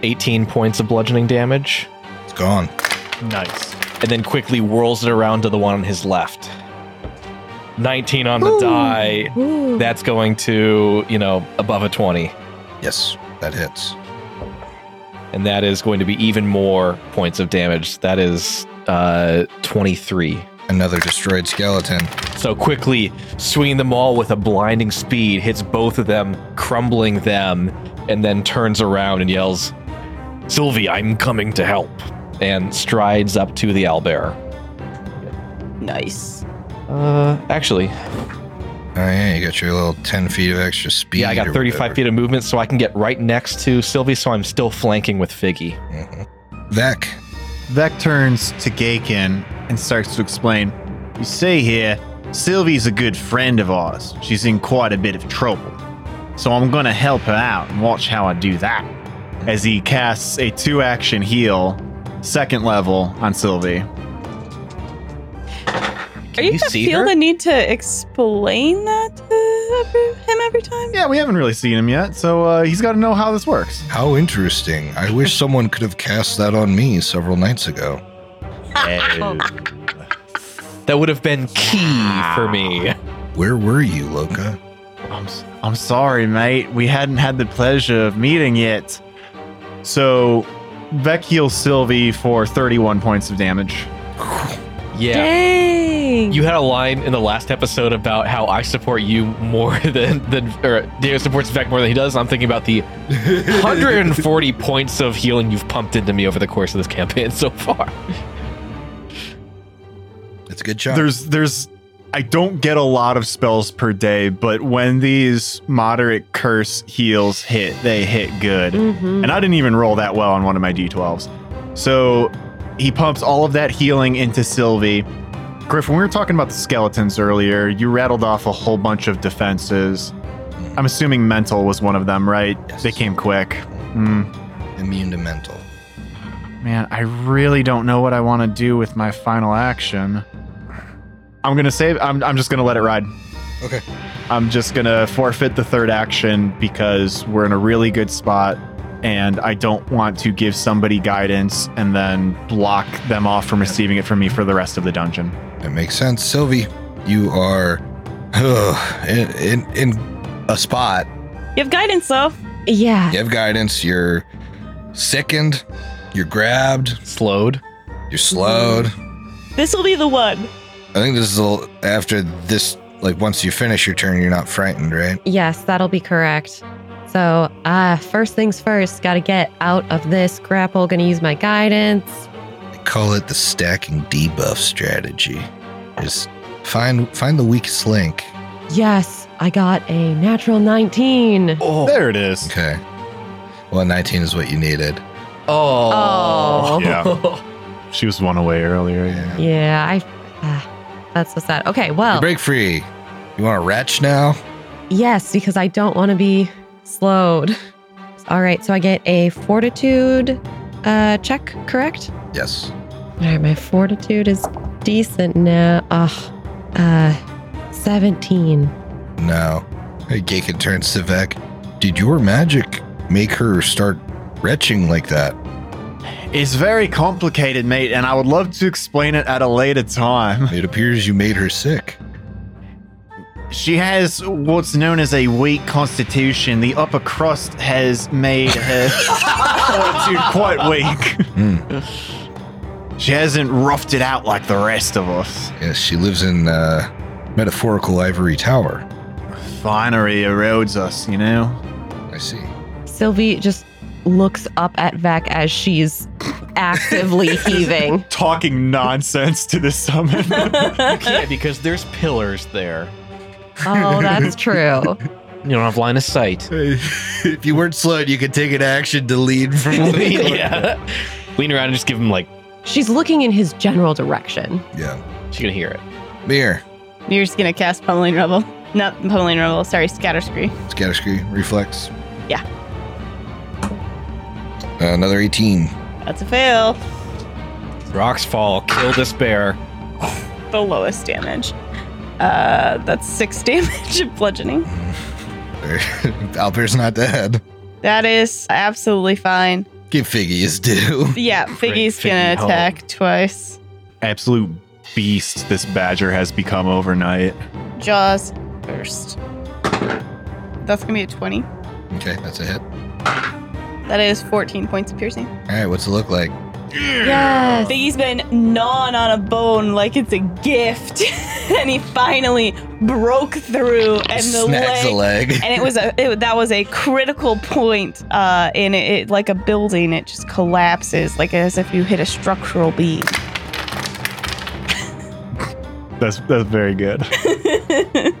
S3: 18 points of bludgeoning damage,
S2: It's gone.
S5: Nice.
S3: and then quickly whirls it around to the one on his left. 19 on the
S6: Ooh.
S3: die.
S6: Ooh.
S3: That's going to, you know, above a 20.
S2: Yes, that hits.
S3: and that is going to be even more points of damage. That is uh, 23.
S2: Another destroyed skeleton.
S3: So quickly swinging them all with a blinding speed, hits both of them, crumbling them, and then turns around and yells, "Sylvie, I'm coming to help!" and strides up to the owlbearer.
S4: Nice.
S3: Uh, actually,
S2: Oh yeah, you got your little ten feet of extra speed.
S3: yeah, I got 35 feet of movement, so I can get right next to Sylvie, so I'm still flanking with Figgy.
S2: hmm Vec,
S5: Vec turns to Gaken and starts to explain. You say here, Sylvie's a good friend of ours. She's in quite a bit of trouble. So I'm gonna help her out and watch how I do that. As he casts a two action heal, second level on Sylvie.
S4: Are you,
S3: you
S4: gonna
S3: see
S4: feel
S3: her?
S4: the need to explain that to every, him every time?
S5: Yeah, we haven't really seen him yet, so uh, he's gotta know how this works.
S2: how interesting. I wish someone could have cast that on me several nights ago.
S3: That would have been key for me.
S2: Where were you, Loka?
S5: I'm, s- I'm sorry, mate. We hadn't had the pleasure of meeting yet. So, Vec heals Sylvie for 31 points of damage.
S3: Yeah.
S4: Dang.
S3: You had a line in the last episode about how I support you more than than or David supports Vec more than he does. I'm thinking about the 140 points of healing you've pumped into me over the course of this campaign so far.
S2: That's a good shot.
S5: There's, there's, I don't get a lot of spells per day, but when these moderate curse heals hit, they hit good.
S6: Mhm.
S5: And I didn't even roll that well on one of my d12s. So he pumps all of that healing into Sylvie. Griff, when we were talking about the skeletons earlier, you rattled off a whole bunch of defenses. I'm assuming mental was one of them, right?
S2: Yes.
S5: They came quick. Mm,
S2: immune to mental.
S5: man, I really don't know what I want to do with my final action. I'm gonna save. I'm. I'm just gonna let it ride.
S2: Okay.
S5: I'm just gonna forfeit the third action because we're in a really good spot, and I don't want to give somebody guidance and then block them off from receiving it from me for the rest of the dungeon.
S2: That makes sense. Sylvie, you are ugh, in, in, in a spot.
S4: You have guidance, though.
S6: Yeah.
S2: You have guidance. You're sickened. You're grabbed.
S3: Slowed.
S2: You're slowed.
S4: This will be the one.
S2: I think this is a, after this, like once you finish your turn, you're not frightened, right?
S6: Yes, that'll be correct. So, uh, first things first, gotta get out of this grapple. Gonna use my guidance.
S2: They call it the stacking debuff strategy. Just find find the weakest link.
S6: Yes, I got a natural 19.
S3: Oh.
S5: There it is.
S2: Okay. Well, 19 is what you needed.
S6: Oh.
S5: Yeah. She was one away earlier.
S2: Yeah.
S6: Yeah, I. Uh, that's so sad. Okay, well,
S2: You break free. You want to retch now?
S6: yes, because I don't want to be slowed. All right, so I get a fortitude uh, check, correct?
S2: Yes.
S6: All right, my fortitude is decent now. Ugh, uh, 17.
S2: No. Hey, Gaken turns to Vec. Did your magic make her start retching like that?
S5: It's very complicated, mate, and I would love to explain it at a later time.
S2: It appears you made her sick.
S5: She has what's known as a weak constitution. The upper crust has made her fortitude quite weak.
S2: Hmm.
S3: Hmm.
S5: She hasn't roughed it out like the rest of us.
S2: Yes, she lives in uh, metaphorical ivory tower.
S5: Finery erodes us, you know?
S2: I see.
S6: Sylvie just looks up at Vec as she's actively heaving.
S5: Talking nonsense to the summon.
S3: yeah, because there's pillars there.
S6: Oh, that's true.
S3: You don't have line of sight.
S2: if you weren't slowed, you could take an action to lead from
S3: yeah. Lean around and just give him like
S6: She's looking in his general direction.
S2: Yeah.
S3: she's gonna hear it.
S2: Mirror,
S4: You're just gonna cast pummeling rubble. Not pummeling rubble. Sorry, scatter scree.
S2: scatter screen, reflex.
S4: Yeah.
S2: Uh, another 18.
S4: That's a fail.
S3: Rocks fall. Kill this bear.
S4: The lowest damage. Uh, that's six damage of bludgeoning.
S2: Alper's not dead.
S4: That is absolutely fine.
S2: Give Figgy his due.
S4: Yeah,
S3: Great
S4: Figgy's gonna
S3: Figgy home.
S4: attack twice.
S5: Absolute beast this badger has become overnight.
S4: Jaws first. That's gonna be a 20.
S2: Okay, that's a hit.
S4: That is 14 points of piercing.
S2: All right, what's it look like?
S6: Yes.
S4: Figgy's been gnawing on a bone like it's a gift, and he finally broke through, and the
S2: Snags
S4: leg,
S2: a leg.
S4: and it was a it, that was a critical point, uh, and it, it like a building, it just collapses, like as if you hit a structural beam.
S5: That's that's very good.
S4: There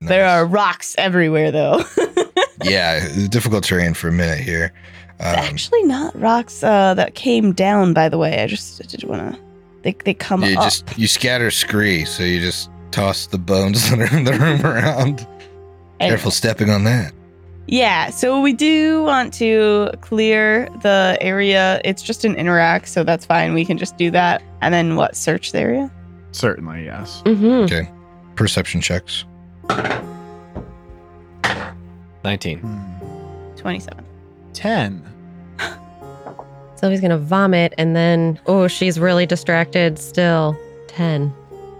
S2: Nice. Um,
S4: are rocks everywhere, though.
S2: yeah, difficult terrain for a minute here. Um,
S4: Actually, not rocks uh, that came down. By the way, I just I did want to. They they come
S2: you
S4: up.
S2: just you scatter scree, so you just toss the bones that are in the room around.
S4: and-
S2: Careful stepping on that.
S4: Yeah, so we do want to clear the area. It's just an interact, so that's fine. We can just do that. And then what? Search the area?
S5: Certainly, yes.
S6: Mm-hmm.
S2: Perception checks.
S3: Nineteen.
S4: 27.
S5: Hmm. Ten.
S6: Sylvie's gonna vomit, and then oh, she's really distracted. Still, ten.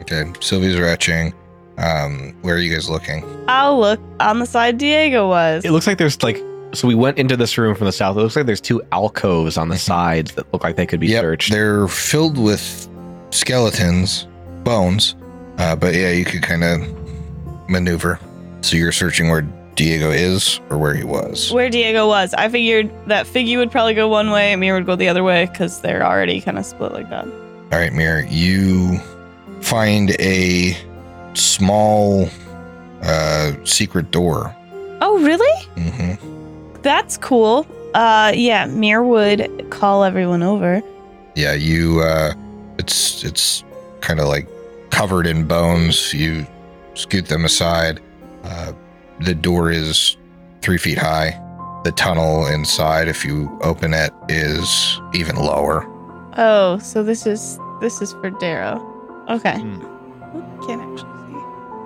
S2: Okay, Sylvie's retching. Um, where are you guys looking?
S4: I'll look on the side Diego was.
S3: It looks like there's like so we went into this room from the south. It looks like there's two alcoves on the sides that look like they could be
S2: Yep,
S3: searched.
S2: They're filled with skeletons, bones. Uh, but yeah, you could kind of maneuver. So you're searching where Diego is or where he was.
S4: Where Diego was. I figured that Figgy would probably go one way, Amir would go the other way, because they're already kind of split like that.
S2: All right, Mir, you find a small uh, secret door.
S4: Oh, really?
S2: hmm
S4: That's cool. Uh, yeah, Mir would call everyone over.
S2: Yeah, you. Uh, it's it's kind of like covered in bones. You scoot them aside. Uh, the door is three feet high. The tunnel inside, if you open it, is even lower.
S4: Oh, so this is this is for Darrow. Okay.
S5: Hmm.
S4: Can't actually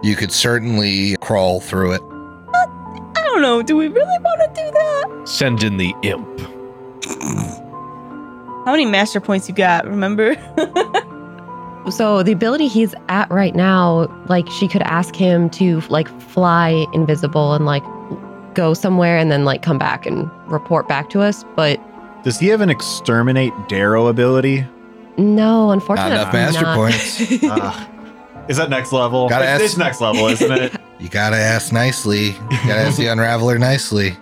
S4: see.
S2: You could certainly crawl through it.
S4: I don't don't know. Do we really want to do that?
S3: Send in the imp.
S4: How many master points you got? Remember?
S6: So the ability he's at right now, like she could ask him to like fly invisible and like go somewhere and then like come back and report back to us. But
S5: Does he have an exterminate Darrow ability?
S6: no, unfortunately,
S2: enough master
S6: not.
S2: points.
S5: Ah. is that next level?
S2: Gotta
S5: It's-
S2: ask-
S5: it's next level, isn't it?
S2: You gotta ask nicely. You gotta ask the unraveler nicely.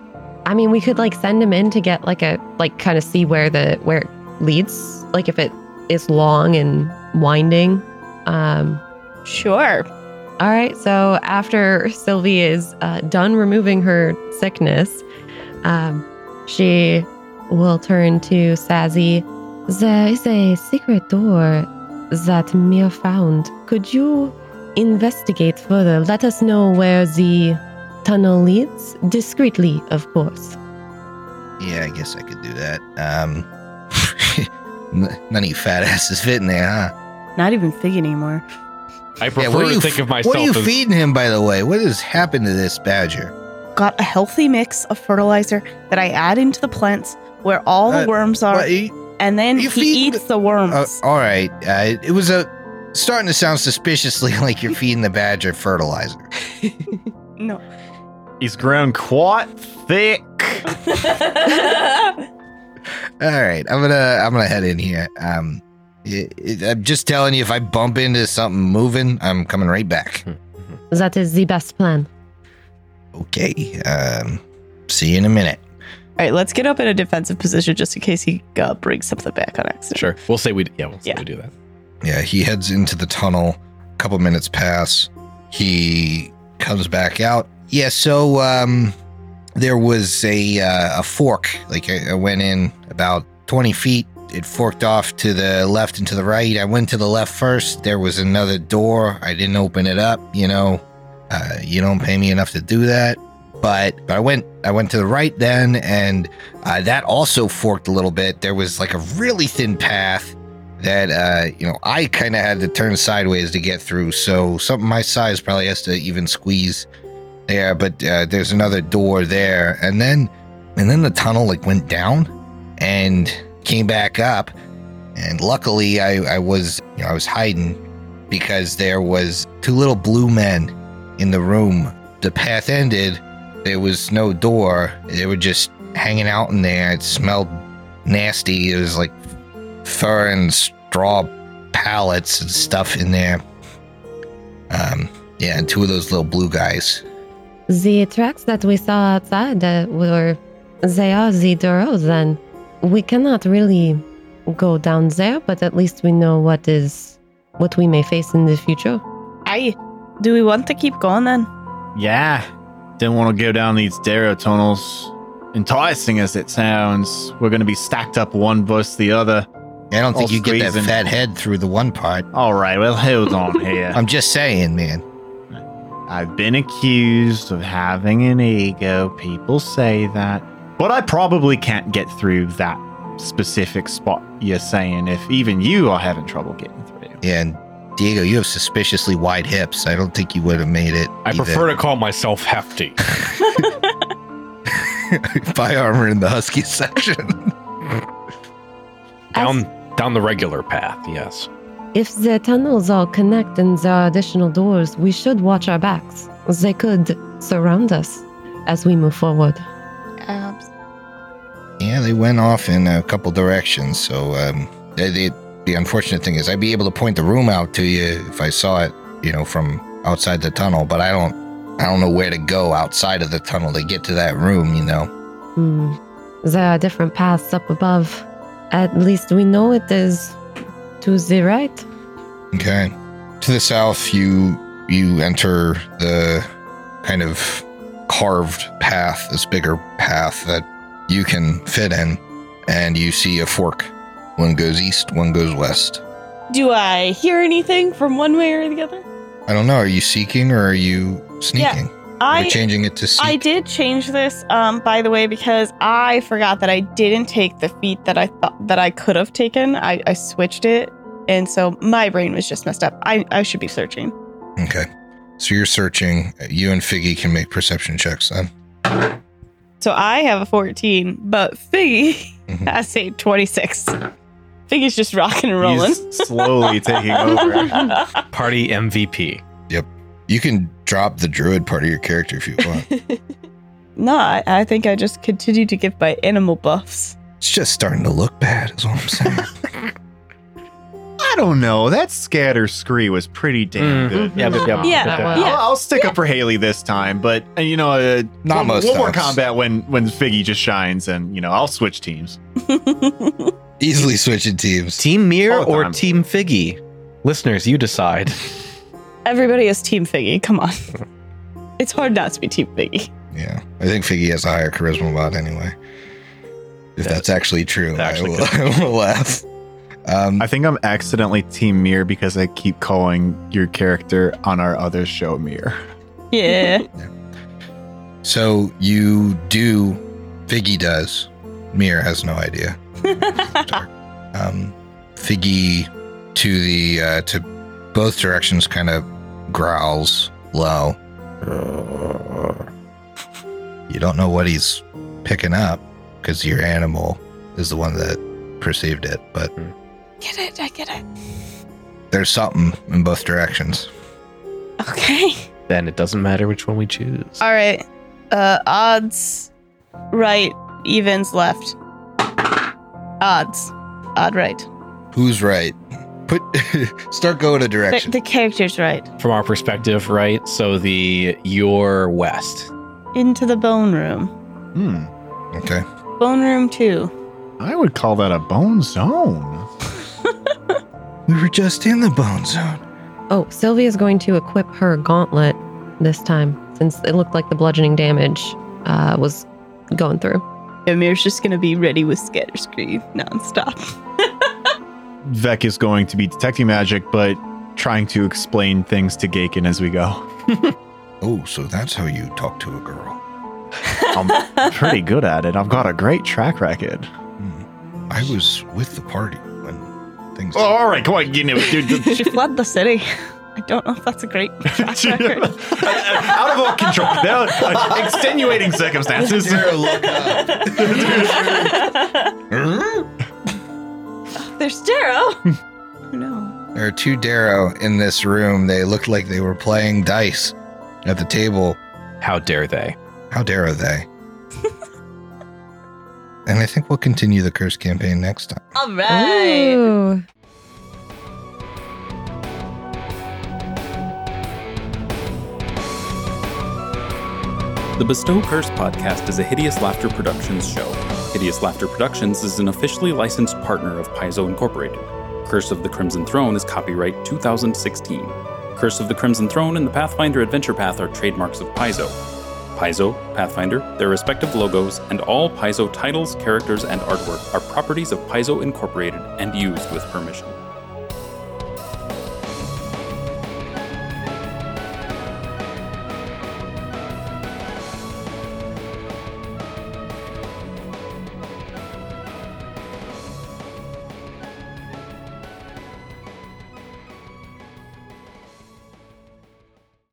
S6: I mean, we could like send him in to get like a like kind of see where the where it leads, like if it is long and winding. Um,
S4: sure.
S6: All right, so after Sylvie is uh, done removing her sickness, um, she will turn to Sassy. There is a secret door that Mir found. Could you investigate further? Let us know where the tunnel leads, discreetly, of course.
S2: Yeah, I guess I could do that. Um, n- none of you fat asses fit in there, huh?
S4: Not even fig anymore.
S3: I
S2: Yeah,
S3: prefer to
S2: you
S3: think
S2: f-
S3: of myself
S2: What are you
S3: as
S2: feeding him, by the way? What has happened to this badger?
S4: Got a healthy mix of fertilizer that I add into the plants where all the
S2: Uh,
S4: worms are,
S2: What, you-
S4: and then
S2: you
S4: he
S2: feed-
S4: eats the worms.
S2: uh, all right, uh, it was a starting to sound suspiciously like you're feeding the badger fertilizer.
S4: no.
S5: He's grown quite thick.
S2: All right, I'm gonna I'm gonna head in here. Um, it, it, I'm just telling you, if I bump into something moving, I'm coming right back.
S6: That is the best plan.
S2: Okay. Um, see you in a minute.
S4: All right, let's get up in a defensive position just in case he uh, brings something back on accident.
S3: Sure. We'll say we yeah, we'll say
S4: Yeah.
S3: we do that.
S2: Yeah, he heads into the tunnel. A couple minutes pass. He comes back out. Yeah, so um, there was a uh, a fork. Like I, I went in about twenty feet. It forked off to the left and to the right. I went to the left first. There was another door. I didn't open it up. You know, uh, you don't pay me enough to do that. But, but I went I went to the right then, and uh, that also forked a little bit. There was like a really thin path that uh, you know I kind of had to turn sideways to get through. So something my size probably has to even squeeze there. But uh, there's another door there, and then and then the tunnel like went down and came back up. And luckily, I, I was you know I was hiding because there was two little blue men in the room. The path ended. There was no door. They were just hanging out in there. It smelled nasty. It was like fur and straw pallets and stuff in there. Um, yeah, and two of those little blue guys.
S6: The tracks that we saw outside uh, were. They are the Duros, then. We cannot really go down there, but at least we know what is. what we may face in the future.
S4: I do we want to keep going then?
S5: Yeah. Didn't want to go down these Darrow tunnels. Enticing as it sounds, we're going to be stacked up one versus the other.
S2: I don't think
S5: All
S2: you get that
S5: squeezing.
S2: fat head through the one part.
S5: All right, well, hold on here.
S2: I'm just saying, man.
S5: I've been accused of having an ego. People say that. But I probably can't get through that specific spot you're saying if even you are having trouble getting through.
S2: Yeah, and Diego, you have suspiciously wide hips. I don't think you would have made it.
S3: I prefer to call myself hefty.
S2: to buy armor in the husky section.
S3: down down the regular path, yes.
S6: If the tunnels all connect and there are additional doors, we should watch our backs. They could surround us as we move forward.
S2: yeah, they went off in a couple directions. So um, they, they, the unfortunate thing is, I'd be able to point the room out to you if I saw it, you know, from outside the tunnel. But I don't, I don't know where to go outside of the tunnel to get to that room. You know,
S6: Hmm. There are different paths up above. At least we know it is to the right.
S2: okay. To the south, you you enter the kind of carved path, this bigger path that you can fit in, and you see a fork. One goes east, one goes west.
S4: Do I hear anything from one way or the other?
S2: I don't know. Are you seeking or are you sneaking? You're
S4: I
S2: changing it to seek.
S4: I did change this, um, by the way, because I forgot that I didn't take the feat that I thought that I could have taken. I, I switched it, and so my brain was just messed up. I, I should be searching.
S2: Okay. So you're searching. You and Figgy can make perception checks then.
S4: So I have a 14, but Figgy
S5: Mm-hmm.
S4: has a 26. Figgy's just rocking and rolling.
S5: He's slowly taking over.
S3: Party MVP.
S2: You can drop the druid part of your character if you want.
S4: no, I, I think I just continue to give my animal buffs.
S2: it's just starting to look bad, is all I'm saying.
S5: I don't know. That scatter scree was pretty damn
S3: Mm.
S5: good.
S3: Yeah, but yeah,
S4: Yeah.
S3: but
S6: That
S5: I'll,
S6: one. Yeah.
S5: I'll stick up for Haley this time, but uh, you know, uh,
S2: Not
S5: one,
S2: most
S5: one more
S2: times.
S5: combat when when Figgy just shines, and you know, I'll switch teams.
S2: Easily switching teams.
S3: Team Mir
S5: All the
S3: or
S5: time.
S3: Team Figgy? Listeners, you decide.
S4: Everybody is Team Figgy. Come on. It's hard not to be Team Figgy.
S2: Yeah. I think Figgy has a higher charisma mod anyway. If that's actually true,
S3: that
S2: I,
S3: actually
S2: will, I will laugh. Um,
S5: I think I'm accidentally Team Mir because I keep calling your character on our other show Mir.
S4: Yeah.
S2: so you do, Figgy does. Mir has no idea. um, Figgy to the uh, to both directions kind of growls low. You don't know what he's picking up because your animal is the one that perceived it, but
S4: get it. I get it.
S2: there's something in both directions.
S4: Okay.
S3: Then it doesn't matter which one we choose.
S4: All right. Uh, odds, right, evens, left. Odds. Odd right.
S2: Who's right? Put start going a
S4: The,
S2: direction.
S4: the character's right.
S3: From our perspective, right? So the your west.
S4: Into the bone room.
S5: Hmm.
S2: okay.
S4: Bone room two.
S5: I would call that a bone zone.
S2: We were just in the bone zone.
S6: Oh, Sylvia's going to equip her gauntlet this time since it looked like the bludgeoning damage uh, was going through.
S4: Ymir's just gonna be ready with scatter scream nonstop.
S5: Vec is going to be detecting magic, but trying to explain things to Gaken as we go.
S2: Oh, so that's how you talk to a girl.
S5: I'm pretty good at it. I've got a great track record.
S2: Hmm. I was with the party when things.
S5: Oh, all right, come on, you know, dude.
S4: she fled the city. I don't know if that's a great track record.
S5: out of all control. Now, uh, extenuating circumstances.
S2: look up.
S4: There's Darrow. oh no.
S2: There are two Darrow in this room. They looked like they were playing dice at the table.
S3: How dare they?
S2: How dare they? and I think we'll continue the curse campaign next time.
S4: All right.
S6: Ooh.
S1: The Bestow Curse podcast is a Hideous Laughter Productions show. Hideous Laughter Productions is an officially licensed partner of Paizo Incorporated. Curse of the Crimson Throne is copyright 2016. Curse of the Crimson Throne and the Pathfinder Adventure Path are trademarks of Paizo. Paizo, Pathfinder, their respective logos, and all Paizo titles, characters, and artwork are properties of Paizo Incorporated and used with permission.